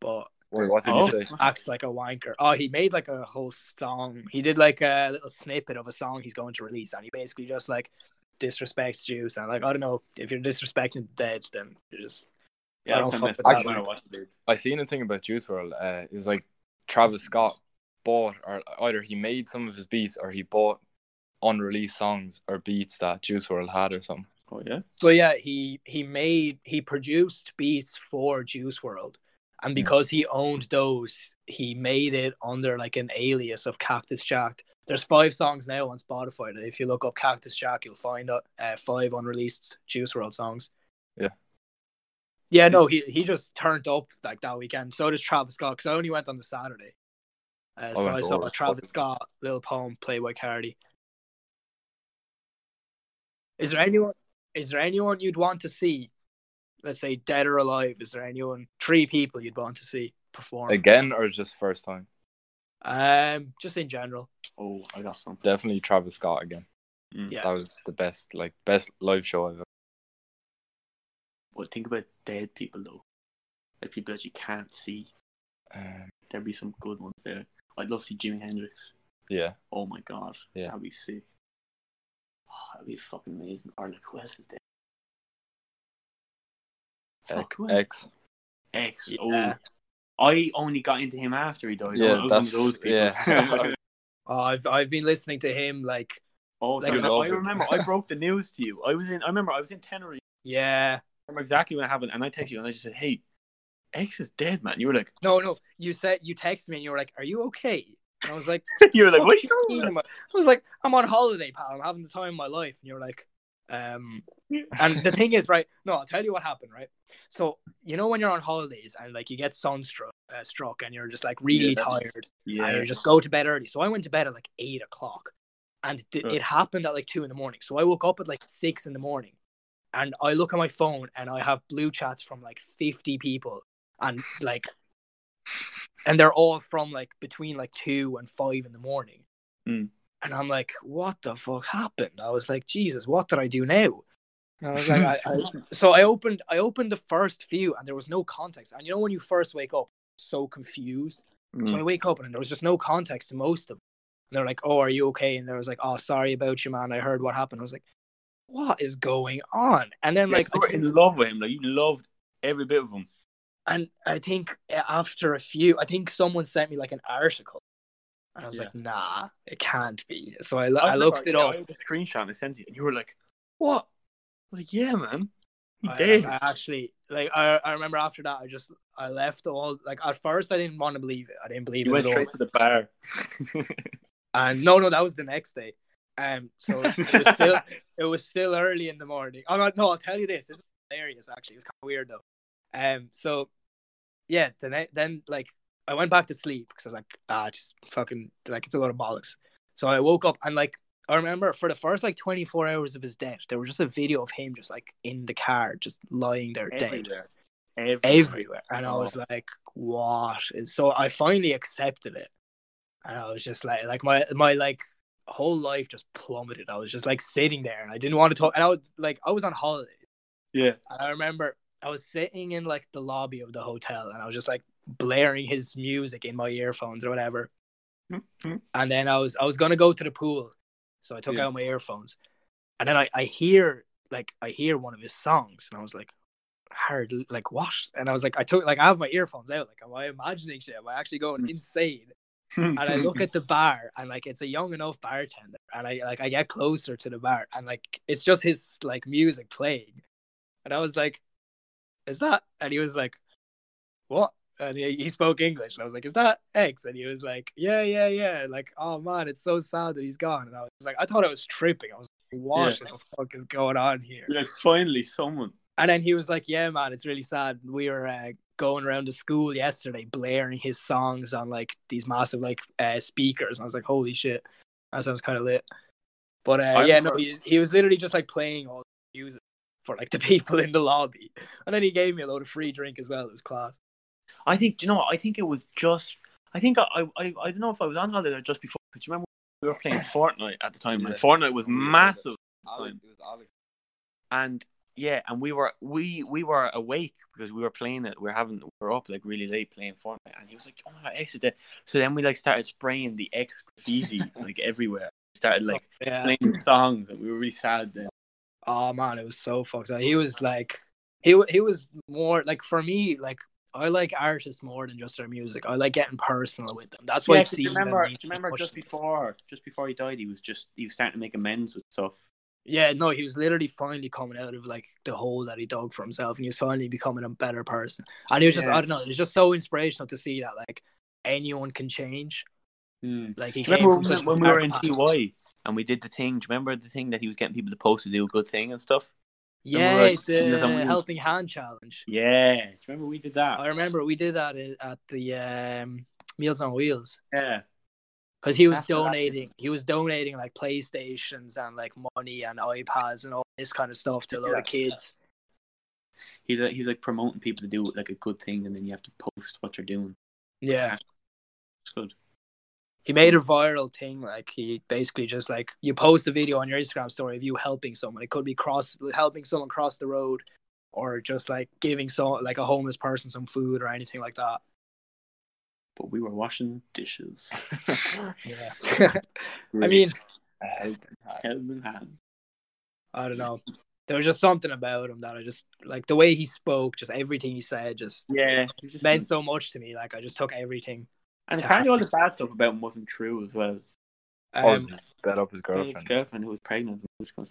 [SPEAKER 2] but
[SPEAKER 3] Wait, what did
[SPEAKER 1] Oh.
[SPEAKER 3] you say?
[SPEAKER 2] acts like a wanker. Oh, he made like a whole song. He did like a little snippet of a song he's going to release, and he basically just like disrespects Juice and like I don't know if you're disrespecting the dead, then you're just I don't
[SPEAKER 1] that's
[SPEAKER 2] fuck
[SPEAKER 1] messed
[SPEAKER 2] with
[SPEAKER 1] up.
[SPEAKER 2] that
[SPEAKER 1] I don't
[SPEAKER 2] one.
[SPEAKER 1] know what to do.
[SPEAKER 3] I seen a thing about Juice World. Uh, it was like Travis Scott bought, or either he made some of his beats, or he bought unreleased songs or beats that Juice World had or something.
[SPEAKER 1] Oh yeah,
[SPEAKER 2] So yeah, he he made he produced beats for Juice World,
[SPEAKER 3] Hmm.
[SPEAKER 2] and because he owned those, he made it under like an alias of Cactus Jack. There's five songs now on Spotify. That if you look up Cactus Jack, you'll find uh, uh, five unreleased Juice World songs.
[SPEAKER 3] Yeah.
[SPEAKER 2] Yeah, no, he he just turned up like that weekend. So does Travis Scott because I only went on the Saturday. Uh, so
[SPEAKER 3] went
[SPEAKER 2] I
[SPEAKER 3] to
[SPEAKER 2] saw
[SPEAKER 3] all the
[SPEAKER 2] Travis
[SPEAKER 3] fucking-
[SPEAKER 2] Scott, Lil Pump, Playboy Cardi. Is there anyone? Is there anyone you'd want to see? Let's say dead or alive. Is there anyone? Three people you'd want to see perform.
[SPEAKER 3] Again, or just first time?
[SPEAKER 2] Um, just in general.
[SPEAKER 1] oh I got some.
[SPEAKER 3] Definitely Travis Scott again.
[SPEAKER 1] Mm.
[SPEAKER 2] Yeah.
[SPEAKER 3] That was the best, like best live show I've ever.
[SPEAKER 1] Well, think about dead people though, like people that you can't see.
[SPEAKER 3] Um,
[SPEAKER 1] There'd be some good ones there. I'd love to see Jimi Hendrix.
[SPEAKER 3] yeah,
[SPEAKER 1] Oh my god,
[SPEAKER 3] Yeah.
[SPEAKER 1] that'd be sick. Oh, that'd be fucking amazing. Or like, who else is there? Fuck, who else?
[SPEAKER 3] X.
[SPEAKER 1] X.
[SPEAKER 2] Yeah.
[SPEAKER 1] Oh, I only got into him after he died.
[SPEAKER 3] Yeah,
[SPEAKER 1] I was one of
[SPEAKER 3] that's-
[SPEAKER 1] those people.
[SPEAKER 3] yeah.
[SPEAKER 2] Oh, I've I've been listening to him like
[SPEAKER 1] oh,
[SPEAKER 2] Like,
[SPEAKER 1] sorry,
[SPEAKER 3] I love
[SPEAKER 1] I
[SPEAKER 3] it.
[SPEAKER 1] remember. I broke the news to you. I was in. I remember. I was in Tenerife.
[SPEAKER 2] yeah.
[SPEAKER 1] I remember exactly when it happened, and I texted you, and I just said, "Hey, X is dead, man." You were like,
[SPEAKER 2] No, no. You said you texted me and you were like, "Are you okay?" And I was like,
[SPEAKER 1] "You were like,
[SPEAKER 2] "Fuck
[SPEAKER 1] what you
[SPEAKER 2] mean
[SPEAKER 1] doing?"
[SPEAKER 2] I'm- I was like, "I'm on holiday, pal. I'm having the time of my life." And you're like, um, and the thing is, right? No, I'll tell you what happened, right? So you know when you're on holidays and like you get sunstruck, uh, struck, and you're just like really
[SPEAKER 1] Yeah.
[SPEAKER 2] tired, and
[SPEAKER 1] Yeah.
[SPEAKER 2] you just go to bed early. So I went to bed at like eight o'clock, and it-
[SPEAKER 1] Huh.
[SPEAKER 2] it happened at like two in the morning. So I woke up at like six in the morning, and I look at my phone and I have blue chats from like fifty people, and like, and they're all from like between like two and five in the morning.
[SPEAKER 1] Mm.
[SPEAKER 2] And I'm like, what the fuck happened? I was like, Jesus, what did I do now? And I was like, I, I, so I opened, I opened the first few, and there was no context. And you know when you first wake up, so confused.
[SPEAKER 1] Mm.
[SPEAKER 2] So I wake up and there was just no context to most of them. And they're like, "Oh, are you okay?" And I was like, "Oh, sorry about you, man. I heard what happened." I was like, "What is going on?" And then like,
[SPEAKER 1] like, you were
[SPEAKER 2] I think-
[SPEAKER 1] in love with him. Like, you loved every bit of him.
[SPEAKER 2] and I think eh, after a few, I think someone sent me like an article, and I was
[SPEAKER 1] Yeah.
[SPEAKER 2] like, "Nah, it can't be." So I, I looked it
[SPEAKER 1] "Oh, Yeah,
[SPEAKER 2] up.
[SPEAKER 1] I had a screenshot and I sent you, and you were like,
[SPEAKER 2] What?
[SPEAKER 1] I like, yeah, man. He
[SPEAKER 2] I,
[SPEAKER 1] did.
[SPEAKER 2] I actually like I, I remember after that I just I left all like at first I didn't want to believe it. I didn't believe
[SPEAKER 3] You
[SPEAKER 2] it
[SPEAKER 3] went
[SPEAKER 2] at all.
[SPEAKER 3] straight to the bar.
[SPEAKER 2] And no no that was the next day. Um so it was still it was still early in the morning. Oh no, no I'll tell you this. This is hilarious actually. It was kind of weird though. Um so yeah, the ne- then like I went back to sleep because I was like ah just fucking like it's a lot of bollocks. So I woke up and like I remember for the first like 24 hours of his death, there was just a video of him just like in the car, just lying there dead
[SPEAKER 1] Everywhere. Everywhere.
[SPEAKER 2] everywhere. And I
[SPEAKER 1] Oh.
[SPEAKER 2] was like, what? And so I finally accepted it. And I was just like, like my, my like whole life just plummeted. I was just like sitting there and I didn't want to talk. And I was like, I was on holiday.
[SPEAKER 1] Yeah.
[SPEAKER 2] And I remember I was sitting in like the lobby of the hotel and I was just like blaring his music in my earphones or whatever.
[SPEAKER 1] Mhm.
[SPEAKER 2] And then I was I was gonna go to the pool. So I took
[SPEAKER 1] Yeah.
[SPEAKER 2] out my earphones. And then I, I hear like I hear one of his songs and I was like, hard like what? And I was like, I took like I have my earphones out. Like, am I imagining shit? Am I actually going
[SPEAKER 1] Mm.
[SPEAKER 2] insane? and I look at the bar and like it's a young enough bartender and I like I get closer to the bar and like it's just his like music playing. And I was like, Is that and he was like, What? And he, he spoke English and I was like, Is that X? And he was like, Yeah, yeah, yeah. And, Like, oh man, it's so sad that he's gone. And I was like, I thought I was tripping. I was like, What
[SPEAKER 1] Yeah.
[SPEAKER 2] the fuck is going on here?
[SPEAKER 1] You're like, finally, someone.
[SPEAKER 2] And then he was like, "Yeah, man, it's really sad. We were uh, going around the school yesterday, blaring his songs on like these massive like uh, speakers." And I was like, "Holy shit, that sounds kind of lit." But uh,
[SPEAKER 1] I
[SPEAKER 2] yeah, no,
[SPEAKER 1] remember-
[SPEAKER 2] he, he was literally just like playing all the music for like the people in the lobby, and then he gave me a load of free drink as well. It was class.
[SPEAKER 1] I think, do you know, what? I think it was just, I think I, I, I I don't know if I was on holiday or just before, because you remember we were playing Fortnite at the time, and
[SPEAKER 3] Yeah.
[SPEAKER 1] Fortnite was
[SPEAKER 3] Yeah.
[SPEAKER 1] massive at the
[SPEAKER 3] Alex,
[SPEAKER 1] time.
[SPEAKER 3] it was Alex.
[SPEAKER 1] And yeah, and we were, we, we were awake because we were playing it. We were having, we were up like really late playing Fortnite, and he was like, oh my god, exit that. So then we like started spraying the X graffiti like everywhere. Started like
[SPEAKER 2] Yeah.
[SPEAKER 1] playing songs, and we were really sad then.
[SPEAKER 2] Oh man, it was so fucked up. He was like, he wa- he was more like for me like. I like artists more than just their music. I like getting personal with them. That's why
[SPEAKER 1] yeah,
[SPEAKER 2] I
[SPEAKER 1] 'cause
[SPEAKER 2] see
[SPEAKER 1] you
[SPEAKER 2] them
[SPEAKER 1] remember, do
[SPEAKER 2] being
[SPEAKER 1] you remember just
[SPEAKER 2] emotional.
[SPEAKER 1] before, just before he died, he was just, he was starting to make amends with stuff.
[SPEAKER 2] Yeah, no, he was literally finally coming out of like the hole that he dug for himself, and he was finally becoming a better person. And he was just,
[SPEAKER 1] Yeah.
[SPEAKER 2] I don't know, it was just so inspirational to see that like anyone can change. Like
[SPEAKER 1] Hmm. Do
[SPEAKER 2] he
[SPEAKER 1] you
[SPEAKER 2] came
[SPEAKER 1] remember
[SPEAKER 2] from
[SPEAKER 1] when,
[SPEAKER 2] such
[SPEAKER 1] we- when we were in
[SPEAKER 2] dark past.
[SPEAKER 1] TY and we did the thing? Do you remember the thing that he was getting people to post to do a good thing and stuff?
[SPEAKER 2] Yeah,
[SPEAKER 1] Remember, like,
[SPEAKER 2] the
[SPEAKER 1] something-
[SPEAKER 2] helping hand challenge.
[SPEAKER 1] Yeah. Do you remember we did that?
[SPEAKER 2] I remember we did that i- at the um, Meals on Wheels
[SPEAKER 1] yeah.
[SPEAKER 2] because he was
[SPEAKER 1] After that-
[SPEAKER 2] donating. He was donating like PlayStations and like money and iPads and all this kind of stuff to a load
[SPEAKER 1] Yeah.
[SPEAKER 2] of kids.
[SPEAKER 1] He's like, he's like promoting people to do like a good thing, and then you have to post what you're doing.
[SPEAKER 2] Yeah.
[SPEAKER 1] It's good.
[SPEAKER 2] he made a viral thing like he basically just like you post a video on your instagram story of you helping someone it could be cross helping someone cross the road or just like giving so like a homeless person some food or anything like that
[SPEAKER 1] But we were washing dishes.
[SPEAKER 2] yeah i mean
[SPEAKER 1] A helping hand. Helping hand.
[SPEAKER 2] i don't know there was just something about him that i just like the way he spoke just everything he said just
[SPEAKER 1] Yeah.
[SPEAKER 2] meant so much to me like i just took everything
[SPEAKER 1] And apparently, all the bad stuff about him wasn't true as well.
[SPEAKER 2] um,
[SPEAKER 3] Paul's bed up his
[SPEAKER 1] Girlfriend,
[SPEAKER 3] girlfriend.
[SPEAKER 1] girlfriend who was pregnant. And this kind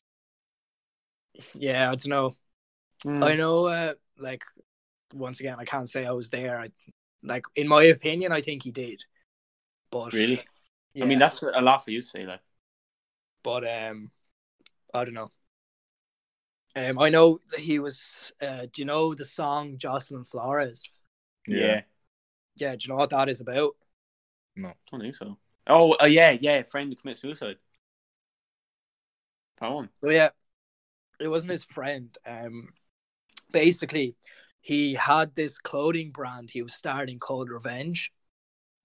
[SPEAKER 1] of
[SPEAKER 2] yeah i don't know
[SPEAKER 1] stuff.
[SPEAKER 2] I know, uh, like, once again, I can't say I was there. I, like, in my opinion, I think he did. But
[SPEAKER 1] Really?
[SPEAKER 2] yeah,
[SPEAKER 1] I mean, that's a lot for you to say. Like,
[SPEAKER 2] But um, I don't know. Um, I know that he was. Uh, do you know the song Jocelyn Flores?
[SPEAKER 1] yeah.
[SPEAKER 2] Yeah, do you know what that is about?
[SPEAKER 1] don't think so. Oh, uh, yeah, yeah. Friend who commits suicide. That one.
[SPEAKER 2] So yeah, it wasn't his friend. Um, basically, he had this clothing brand he was starting called Revenge.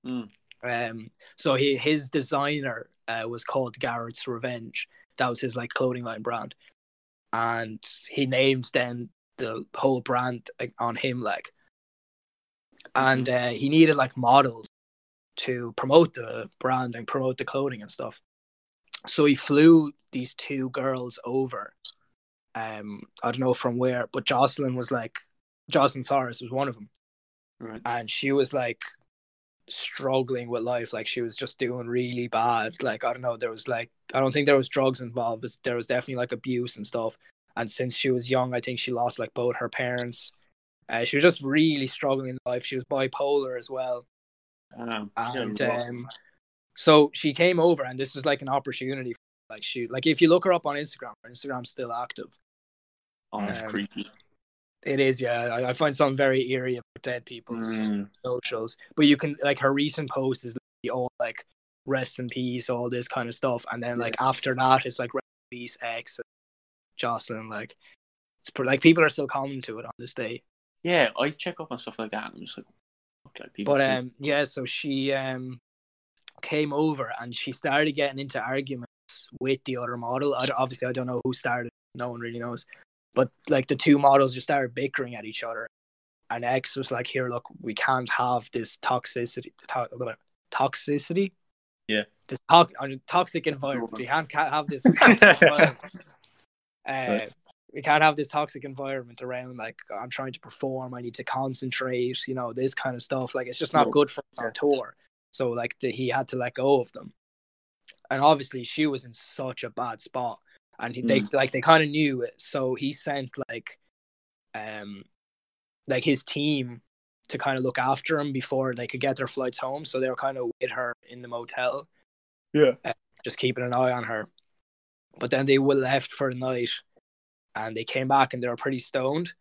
[SPEAKER 1] Mm.
[SPEAKER 2] Um, so he his designer uh, was called Garrett's Revenge. That was his like clothing line brand, and he named then the whole brand like, on him like, and uh, he needed like models to promote the brand and promote the clothing and stuff. So he flew these two girls over. Um, I don't know from where, but Jocelyn was like, Jocelyn Flores was one of them
[SPEAKER 1] Right.
[SPEAKER 2] and she was like struggling with life like she was just doing really bad like i don't know there was like i don't think there was drugs involved but there was definitely like abuse and stuff and since she was young, I think she lost like both her parents. Uh, she was just really struggling in life. She was bipolar as well,
[SPEAKER 1] Um,
[SPEAKER 2] and um, so she came over, and this was like an opportunity. For, like she, like if you look her up on Instagram, her Instagram's still active.
[SPEAKER 1] oh, that's
[SPEAKER 2] um,
[SPEAKER 1] creepy.
[SPEAKER 2] It is, yeah. I, I find something very eerie about dead people's
[SPEAKER 1] Mm.
[SPEAKER 2] socials, but you can like her recent post is literally all like rest in peace, all this kind of stuff, and then like after that, it's like rest in peace X, and Jocelyn. Like it's pretty, like people are still calling to it on this day,
[SPEAKER 1] Yeah, I check up on stuff like that. and I'm just like, okay, people.
[SPEAKER 2] but
[SPEAKER 1] still-
[SPEAKER 2] um yeah, so she um came over and she started getting into arguments with the other model. I, don't- obviously, I don't know who started. No one really knows, but like the two models just started bickering at each other. And X was like, "Here, look, we can't have this toxicity, to- toxicity,
[SPEAKER 1] Yeah.
[SPEAKER 2] this to- toxic environment. We can't, can't have this. environment. uh, we can't have this toxic environment around. Like, I'm trying to perform. I need to concentrate. You know, this kind of stuff. Like, it's just not
[SPEAKER 1] No.
[SPEAKER 2] good for us
[SPEAKER 1] Yeah.
[SPEAKER 2] on tour. So, like, the, he had to let go of them. And obviously, she was in such a bad spot and he,
[SPEAKER 1] Mm.
[SPEAKER 2] they like they kind of knew it so he sent like um like his team to kind of look after him before they could get their flights home so they were kind of with her in the motel
[SPEAKER 1] Yeah.
[SPEAKER 2] uh, just keeping an eye on her but then they were left for the night and they came back and they were pretty stoned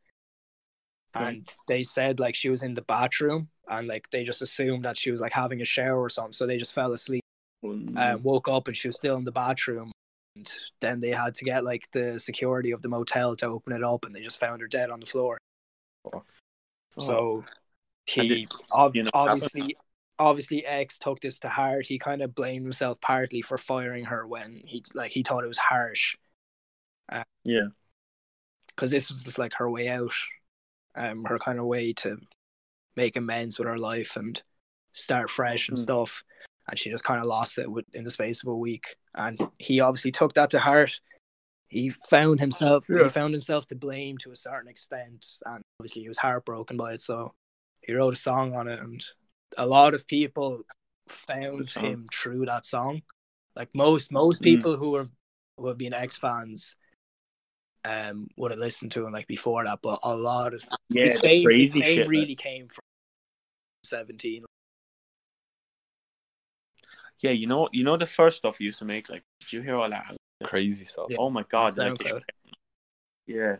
[SPEAKER 1] Okay.
[SPEAKER 2] and they said like she was in the bathroom and like they just assumed that she was like having a shower or something so they just fell asleep
[SPEAKER 1] Um,
[SPEAKER 2] uh,
[SPEAKER 1] Mm.
[SPEAKER 2] woke up and she was still in the bathroom. And then they had to get like the security of the motel to open it up, and they just found her dead on the floor. So
[SPEAKER 1] And
[SPEAKER 2] he
[SPEAKER 1] did-
[SPEAKER 2] ob-
[SPEAKER 1] you know,
[SPEAKER 2] obviously, obviously, X took this to heart. He kind of blamed himself partly for firing her when he like he thought it was harsh
[SPEAKER 1] yeah,
[SPEAKER 2] because this was like her way out, um, her kind of way to make amends with her life and start fresh and
[SPEAKER 1] Mhm.
[SPEAKER 2] stuff. And she just kind of lost it with, in the space of a week. And he obviously took that to heart. He found himself,
[SPEAKER 1] Yeah.
[SPEAKER 2] he found himself to blame to a certain extent, and obviously he was heartbroken by it. So he wrote a song on it, and a lot of people found
[SPEAKER 1] Good song.
[SPEAKER 2] him through that song. Like most most
[SPEAKER 1] Mm.
[SPEAKER 2] people who are who have been X fans um would have listened to him like before that, but a lot of
[SPEAKER 1] yeah,
[SPEAKER 2] his fame, his
[SPEAKER 1] crazy
[SPEAKER 2] fame
[SPEAKER 1] shit.
[SPEAKER 2] really came from seventeen.
[SPEAKER 1] Yeah, you know, you know the first stuff you used to make. Like, did you hear all that?
[SPEAKER 3] Crazy stuff.
[SPEAKER 2] Yeah.
[SPEAKER 1] Oh my god!
[SPEAKER 2] on
[SPEAKER 1] Like, the
[SPEAKER 2] SoundCloud.
[SPEAKER 1] shit. yeah,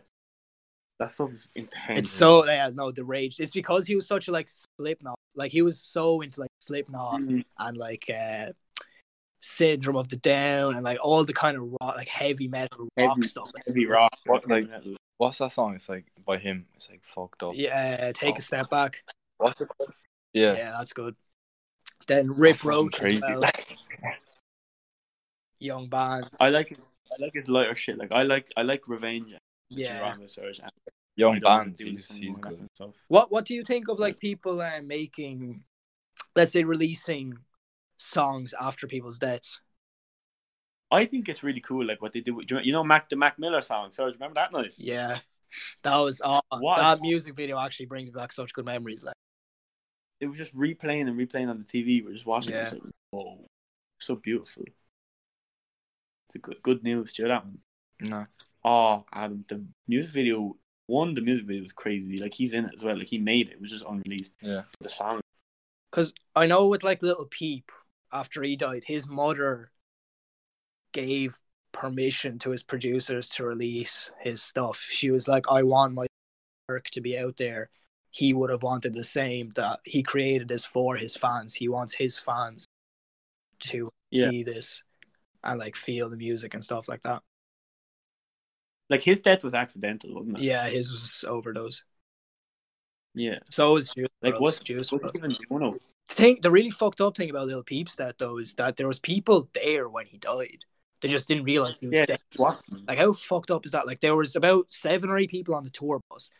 [SPEAKER 1] that stuff is intense.
[SPEAKER 2] It's so yeah, no, the rage. It's because he was such a like Slipknot, like he was so into like Slipknot
[SPEAKER 1] Mm,
[SPEAKER 2] and like uh Syndrome of the Down and like all the kind of rock, like heavy metal rock
[SPEAKER 1] Heavy-
[SPEAKER 2] stuff.
[SPEAKER 1] heavy rock.
[SPEAKER 3] What, like-
[SPEAKER 1] metal.
[SPEAKER 3] What's that song? It's like by him. It's like fucked up.
[SPEAKER 2] Yeah, uh, take a step back.
[SPEAKER 1] What's it
[SPEAKER 3] Yeah.
[SPEAKER 2] Yeah, that's good. Then Rip
[SPEAKER 3] That's fucking
[SPEAKER 2] Roach as
[SPEAKER 3] crazy.
[SPEAKER 2] well. Young bands.
[SPEAKER 1] I like his, I like his lighter shit. Like I like I like Revenge.
[SPEAKER 2] yeah.
[SPEAKER 1] Wrong with Surge, and I
[SPEAKER 3] Young
[SPEAKER 1] don't wanna
[SPEAKER 3] Bands.
[SPEAKER 1] do
[SPEAKER 3] He's,
[SPEAKER 1] this
[SPEAKER 3] he's
[SPEAKER 1] anymore, that
[SPEAKER 3] good.
[SPEAKER 1] kind of stuff.
[SPEAKER 2] What What do you think of like people uh, making, let's say, releasing songs after people's deaths?
[SPEAKER 1] I think it's really cool. Like what they do. With, do you know- you know Mac the Mac Miller song? Surge, remember that night?
[SPEAKER 2] Yeah, that was oh,
[SPEAKER 1] What?
[SPEAKER 2] that music video actually brings back such good memories. Like,
[SPEAKER 1] It was just replaying and replaying on the TV. We're just watching.
[SPEAKER 2] Yeah.
[SPEAKER 1] It. It's like, whoa, so beautiful. It's a good good news. Do you know that one?
[SPEAKER 3] No.
[SPEAKER 1] Oh, and the music video. One, the music video was crazy. Like he's in it as well. Like he made it. It was just unreleased.
[SPEAKER 3] Yeah.
[SPEAKER 1] The song.
[SPEAKER 2] cause I know with like Little Peep, after he died, his mother gave permission to his producers to release his stuff. She was like, "I want my work to be out there." He would have wanted the same that he created this for his fans. He wants his fans to
[SPEAKER 1] Yeah.
[SPEAKER 2] see this and like feel the music and stuff like that.
[SPEAKER 1] Like his death was accidental, wasn't it?
[SPEAKER 2] Yeah, his was overdose.
[SPEAKER 1] Yeah.
[SPEAKER 2] So was Juice.
[SPEAKER 1] Like,
[SPEAKER 2] WRLD's
[SPEAKER 1] what's-
[SPEAKER 2] Juice?
[SPEAKER 1] What
[SPEAKER 2] WRLD.
[SPEAKER 1] even Juno?
[SPEAKER 2] The thing, the really fucked up thing about Little Peep's that though is that there was people there when he died. They just didn't realize he was
[SPEAKER 1] Yeah.
[SPEAKER 2] dead.
[SPEAKER 1] What?
[SPEAKER 2] Like how fucked up is that? Like there was about seven or eight people on the tour bus.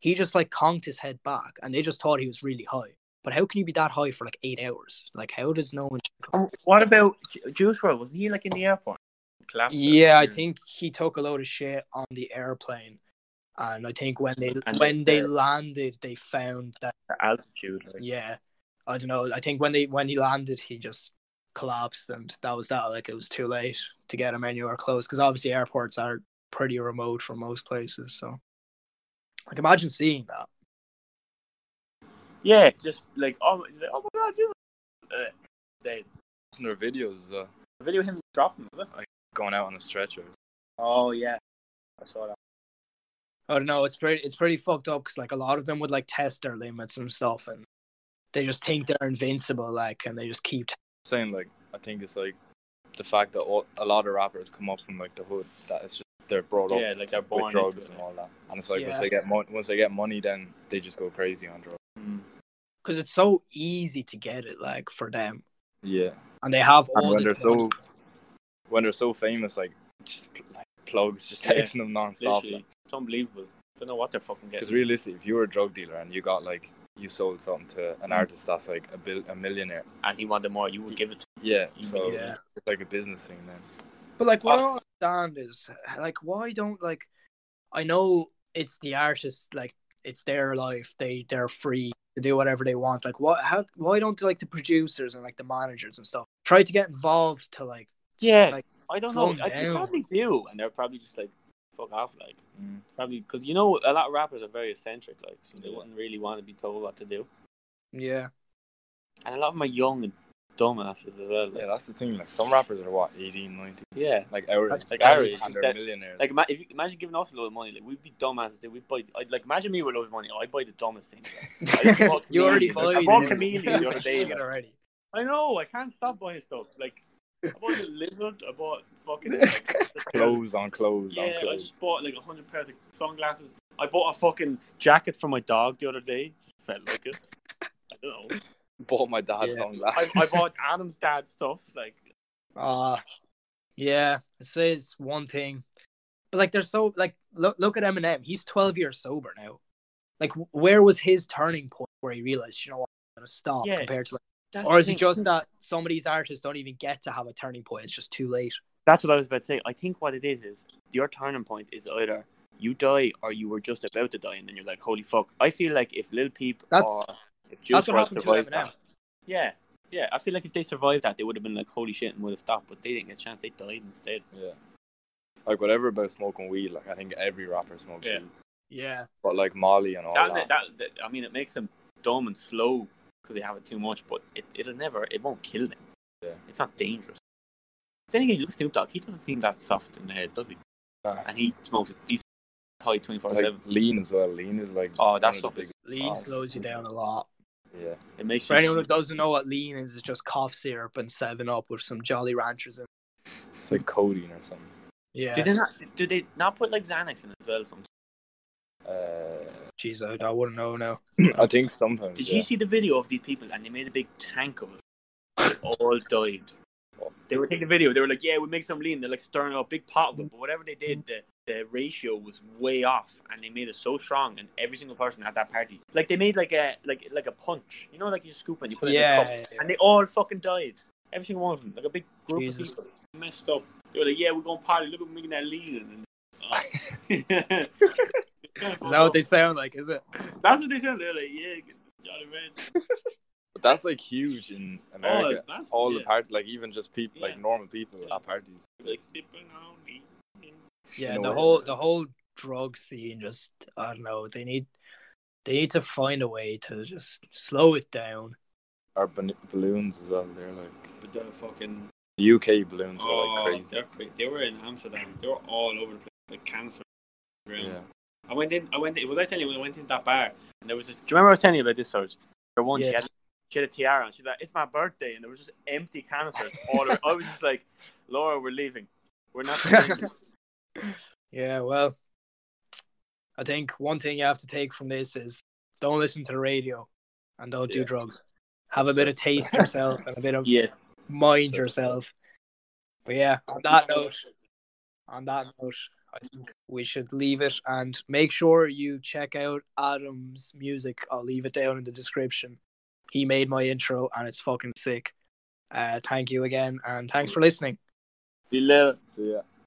[SPEAKER 2] He just like conked his head back, and they just thought he was really high. But how can you be that high for like eight hours? Like how does no one?
[SPEAKER 1] Oh, what about Ju- Juice World? Wasn't he like in the airport? Collapsed.
[SPEAKER 2] Yeah, I think he took a load of shit on the airplane, and I think when they
[SPEAKER 1] And
[SPEAKER 2] when
[SPEAKER 1] they-
[SPEAKER 2] they landed, they found that
[SPEAKER 1] The altitude. Like.
[SPEAKER 2] yeah, I don't know. I think when they when he landed, he just collapsed, and that was that. Like it was too late to get him anywhere close because obviously airports are pretty remote from most places. So, like, imagine seeing that.
[SPEAKER 1] Yeah, just like oh, it's like, oh my god, just uh, they
[SPEAKER 3] Listen to their videos uh,
[SPEAKER 1] video him dropping, was it?
[SPEAKER 3] going out on a stretcher.
[SPEAKER 1] Oh yeah, I saw that.
[SPEAKER 2] I don't know. It's pretty. It's pretty fucked up because like a lot of them would like test their limits and stuff, and they just think they're invincible, like, and they just keep. T-
[SPEAKER 3] Saying like, I think it's like the fact that all, a lot of rappers come up from like the hood that it's just they're brought up
[SPEAKER 1] Yeah, like they're born
[SPEAKER 3] with drugs
[SPEAKER 1] into
[SPEAKER 3] and
[SPEAKER 1] it.
[SPEAKER 3] all that, and it's like once
[SPEAKER 2] Yeah.
[SPEAKER 3] they get mon- once they get money, then they just go crazy on drugs.
[SPEAKER 1] Mm.
[SPEAKER 2] because it's so easy to get it, like for them,
[SPEAKER 3] Yeah,
[SPEAKER 2] and they have
[SPEAKER 3] and
[SPEAKER 2] all
[SPEAKER 3] when they're
[SPEAKER 2] this.
[SPEAKER 3] so when they're so famous, like just pl- like plugs just
[SPEAKER 1] Yeah.
[SPEAKER 3] texting them nonstop.
[SPEAKER 1] Literally, it's unbelievable. Don't know what they're fucking
[SPEAKER 3] Because
[SPEAKER 1] getting.
[SPEAKER 3] realistically, if you were a drug dealer and you got like you sold something to
[SPEAKER 1] Mm.
[SPEAKER 3] an artist that's like a bill a millionaire,
[SPEAKER 1] and he wanted more. You would give it. to
[SPEAKER 3] yeah, so
[SPEAKER 2] Yeah.
[SPEAKER 3] it's like a business thing then.
[SPEAKER 2] But like,
[SPEAKER 1] Uh,
[SPEAKER 2] what I don't understand is like, why don't like? I know it's the artist, like it's their life. They they're free to do whatever they want. Like, what? How? Why don't like the producers and like the managers and stuff try to get involved to like? s-
[SPEAKER 1] Yeah.
[SPEAKER 2] like
[SPEAKER 1] I don't
[SPEAKER 2] Slow
[SPEAKER 1] know.
[SPEAKER 2] him
[SPEAKER 1] I, they
[SPEAKER 2] down.
[SPEAKER 1] probably do, and they're probably just like, fuck off, like
[SPEAKER 3] Mm.
[SPEAKER 1] probably because you know a lot of rappers are very eccentric, like so they
[SPEAKER 3] Yeah.
[SPEAKER 1] wouldn't really want to be told what to do,
[SPEAKER 2] yeah,
[SPEAKER 1] and a lot of them are young and dumbasses as well. Like,
[SPEAKER 3] Yeah, that's the thing. Like some rappers are what 18, 19,
[SPEAKER 1] yeah.
[SPEAKER 3] like our
[SPEAKER 2] That's
[SPEAKER 3] like
[SPEAKER 1] crazy.
[SPEAKER 3] our age,
[SPEAKER 1] I'm
[SPEAKER 3] and they're
[SPEAKER 1] set-
[SPEAKER 3] millionaires.
[SPEAKER 1] Like ima- if you, imagine giving us a load of money, like we'd be dumbasses. Dude. We'd buy, I'd, like imagine me with loads of money. I'd buy the dumbest thing. I bought
[SPEAKER 2] you already
[SPEAKER 1] chameleons.
[SPEAKER 2] bought
[SPEAKER 1] I bought
[SPEAKER 2] it.
[SPEAKER 1] chameleons the other day.
[SPEAKER 2] Shit
[SPEAKER 1] like.
[SPEAKER 2] already.
[SPEAKER 1] I know. I can't stop buying stuff. Like I bought a lizard. I bought fucking
[SPEAKER 3] clothes on clothes
[SPEAKER 1] Yeah,
[SPEAKER 3] on
[SPEAKER 1] I
[SPEAKER 3] clothes.
[SPEAKER 1] just bought like a hundred pairs of sunglasses. I bought a fucking jacket for my dog the other day. Just felt like it. I don't know.
[SPEAKER 3] Bought my dad's
[SPEAKER 2] Yeah.
[SPEAKER 3] sunglasses.
[SPEAKER 1] I, I bought Adam's dad stuff. Like
[SPEAKER 2] Ah, yeah. I say it's one thing, but like they're so like look look at Eminem. He's twelve years sober now. Like, w- where was his turning point where he realized, you know what, I'm gonna stop
[SPEAKER 1] Yeah.
[SPEAKER 2] compared to like,
[SPEAKER 1] that's
[SPEAKER 2] or
[SPEAKER 1] the
[SPEAKER 2] is it
[SPEAKER 1] thing.
[SPEAKER 2] just that some of these artists don't even get to have a turning point? It's just too late.
[SPEAKER 1] That's what I was about to say. I think what it is is your turning point is either you die or you were just about to die, and then you're like, "Holy fuck!" I feel like if Lil Peep
[SPEAKER 2] That's-
[SPEAKER 1] or if Juice
[SPEAKER 2] that's what
[SPEAKER 1] WRLD
[SPEAKER 2] happened to
[SPEAKER 1] survived
[SPEAKER 2] Eminem.
[SPEAKER 1] that, yeah, yeah, I feel like if they survived that, they would have been like, "Holy shit!" and would have stopped, but they didn't get a chance. They died instead.
[SPEAKER 3] yeah, like whatever about smoking weed. Like I think every rapper smokes
[SPEAKER 1] Yeah.
[SPEAKER 3] weed,
[SPEAKER 2] Yeah,
[SPEAKER 3] but like Molly and all
[SPEAKER 1] that,
[SPEAKER 3] that.
[SPEAKER 1] that, that- I mean, it makes them dumb and slow because they have it too much, but it, it'll never, it won't kill them.
[SPEAKER 3] Yeah.
[SPEAKER 1] It's not dangerous. Then again, you look at Snoop Dogg, he doesn't seem that soft in the head, does he?
[SPEAKER 3] Nah.
[SPEAKER 1] And he smokes a decent high 24
[SPEAKER 3] like
[SPEAKER 1] 7.
[SPEAKER 3] lean as well. Lean is like
[SPEAKER 1] Oh,
[SPEAKER 3] one
[SPEAKER 1] that
[SPEAKER 3] of the
[SPEAKER 1] stuff is.
[SPEAKER 2] lean
[SPEAKER 3] Oh.
[SPEAKER 2] slows you down a lot.
[SPEAKER 3] big- yeah.
[SPEAKER 1] It makes
[SPEAKER 2] For
[SPEAKER 1] you-
[SPEAKER 2] anyone who doesn't know what lean is, it's just cough syrup and Seven Up with some Jolly Ranchers in.
[SPEAKER 3] It's like codeine or something.
[SPEAKER 2] Yeah,
[SPEAKER 1] Do they, not, do they not put like Xanax in as well sometimes?
[SPEAKER 3] Uh,
[SPEAKER 2] jeez, I, I wouldn't know now.
[SPEAKER 3] I think sometimes.
[SPEAKER 1] Did
[SPEAKER 3] yeah.
[SPEAKER 1] you see the video of these people and they made a big tank of it? They all died. They were taking the video. They were like, "Yeah, we make some lean." They're like stirring up a big pot of it, but whatever they did, the, the ratio was way off, and they made it so strong. And every single person at that party, like they made like a like like a punch, you know, like you scoop and you put it in a cup,
[SPEAKER 2] Yeah,
[SPEAKER 1] and they all fucking died. Every single one of them, like a big group
[SPEAKER 2] Jesus.
[SPEAKER 1] of people, messed up. They were like, "Yeah, we're gonna party. Look at making that lean." And, then-
[SPEAKER 2] is that what they sound like? Is it?
[SPEAKER 1] That's what they said. They're like, "Yeah, Johnny Ranch."
[SPEAKER 3] But that's like huge in
[SPEAKER 1] Oh,
[SPEAKER 3] America.
[SPEAKER 1] that's
[SPEAKER 3] all
[SPEAKER 1] yeah.
[SPEAKER 3] the part, like even just people,
[SPEAKER 1] Yeah.
[SPEAKER 3] like normal people
[SPEAKER 1] Yeah.
[SPEAKER 3] at parties.
[SPEAKER 1] like sipping on me.
[SPEAKER 2] Yeah,
[SPEAKER 3] No
[SPEAKER 2] the
[SPEAKER 3] way.
[SPEAKER 2] whole the whole drug scene just I don't know. They need they need to find a way to just slow it down.
[SPEAKER 3] Our ban- balloons as well. They're like
[SPEAKER 1] But the fucking
[SPEAKER 3] the UK balloons are
[SPEAKER 1] oh,
[SPEAKER 3] like crazy.
[SPEAKER 1] they're crazy. They were in Amsterdam. They were all over the place, like cancer.
[SPEAKER 3] Yeah.
[SPEAKER 1] I went in. I went. In, was I telling you when I went in that bar? And there was this. Do you remember I was telling you about this, Serge? There one. She,
[SPEAKER 2] Yes.
[SPEAKER 1] had, she had a tiara, and she's like, "It's my birthday," and there was just empty canisters all around. I was just like, "Laura, we're leaving. We're not."
[SPEAKER 2] Yeah, well, I think one thing you have to take from this is don't listen to the radio and don't do
[SPEAKER 3] Yeah.
[SPEAKER 2] drugs. Have a bit of taste yourself and a bit of
[SPEAKER 1] yes.
[SPEAKER 2] mind
[SPEAKER 3] So-
[SPEAKER 2] yourself. But yeah, on that note, on that note, I think we should leave it and make sure you check out Adam's music. I'll leave it down in the description. He made my intro and it's fucking sick. Uh, thank you again and thanks for listening.
[SPEAKER 1] See you later.
[SPEAKER 3] So yeah.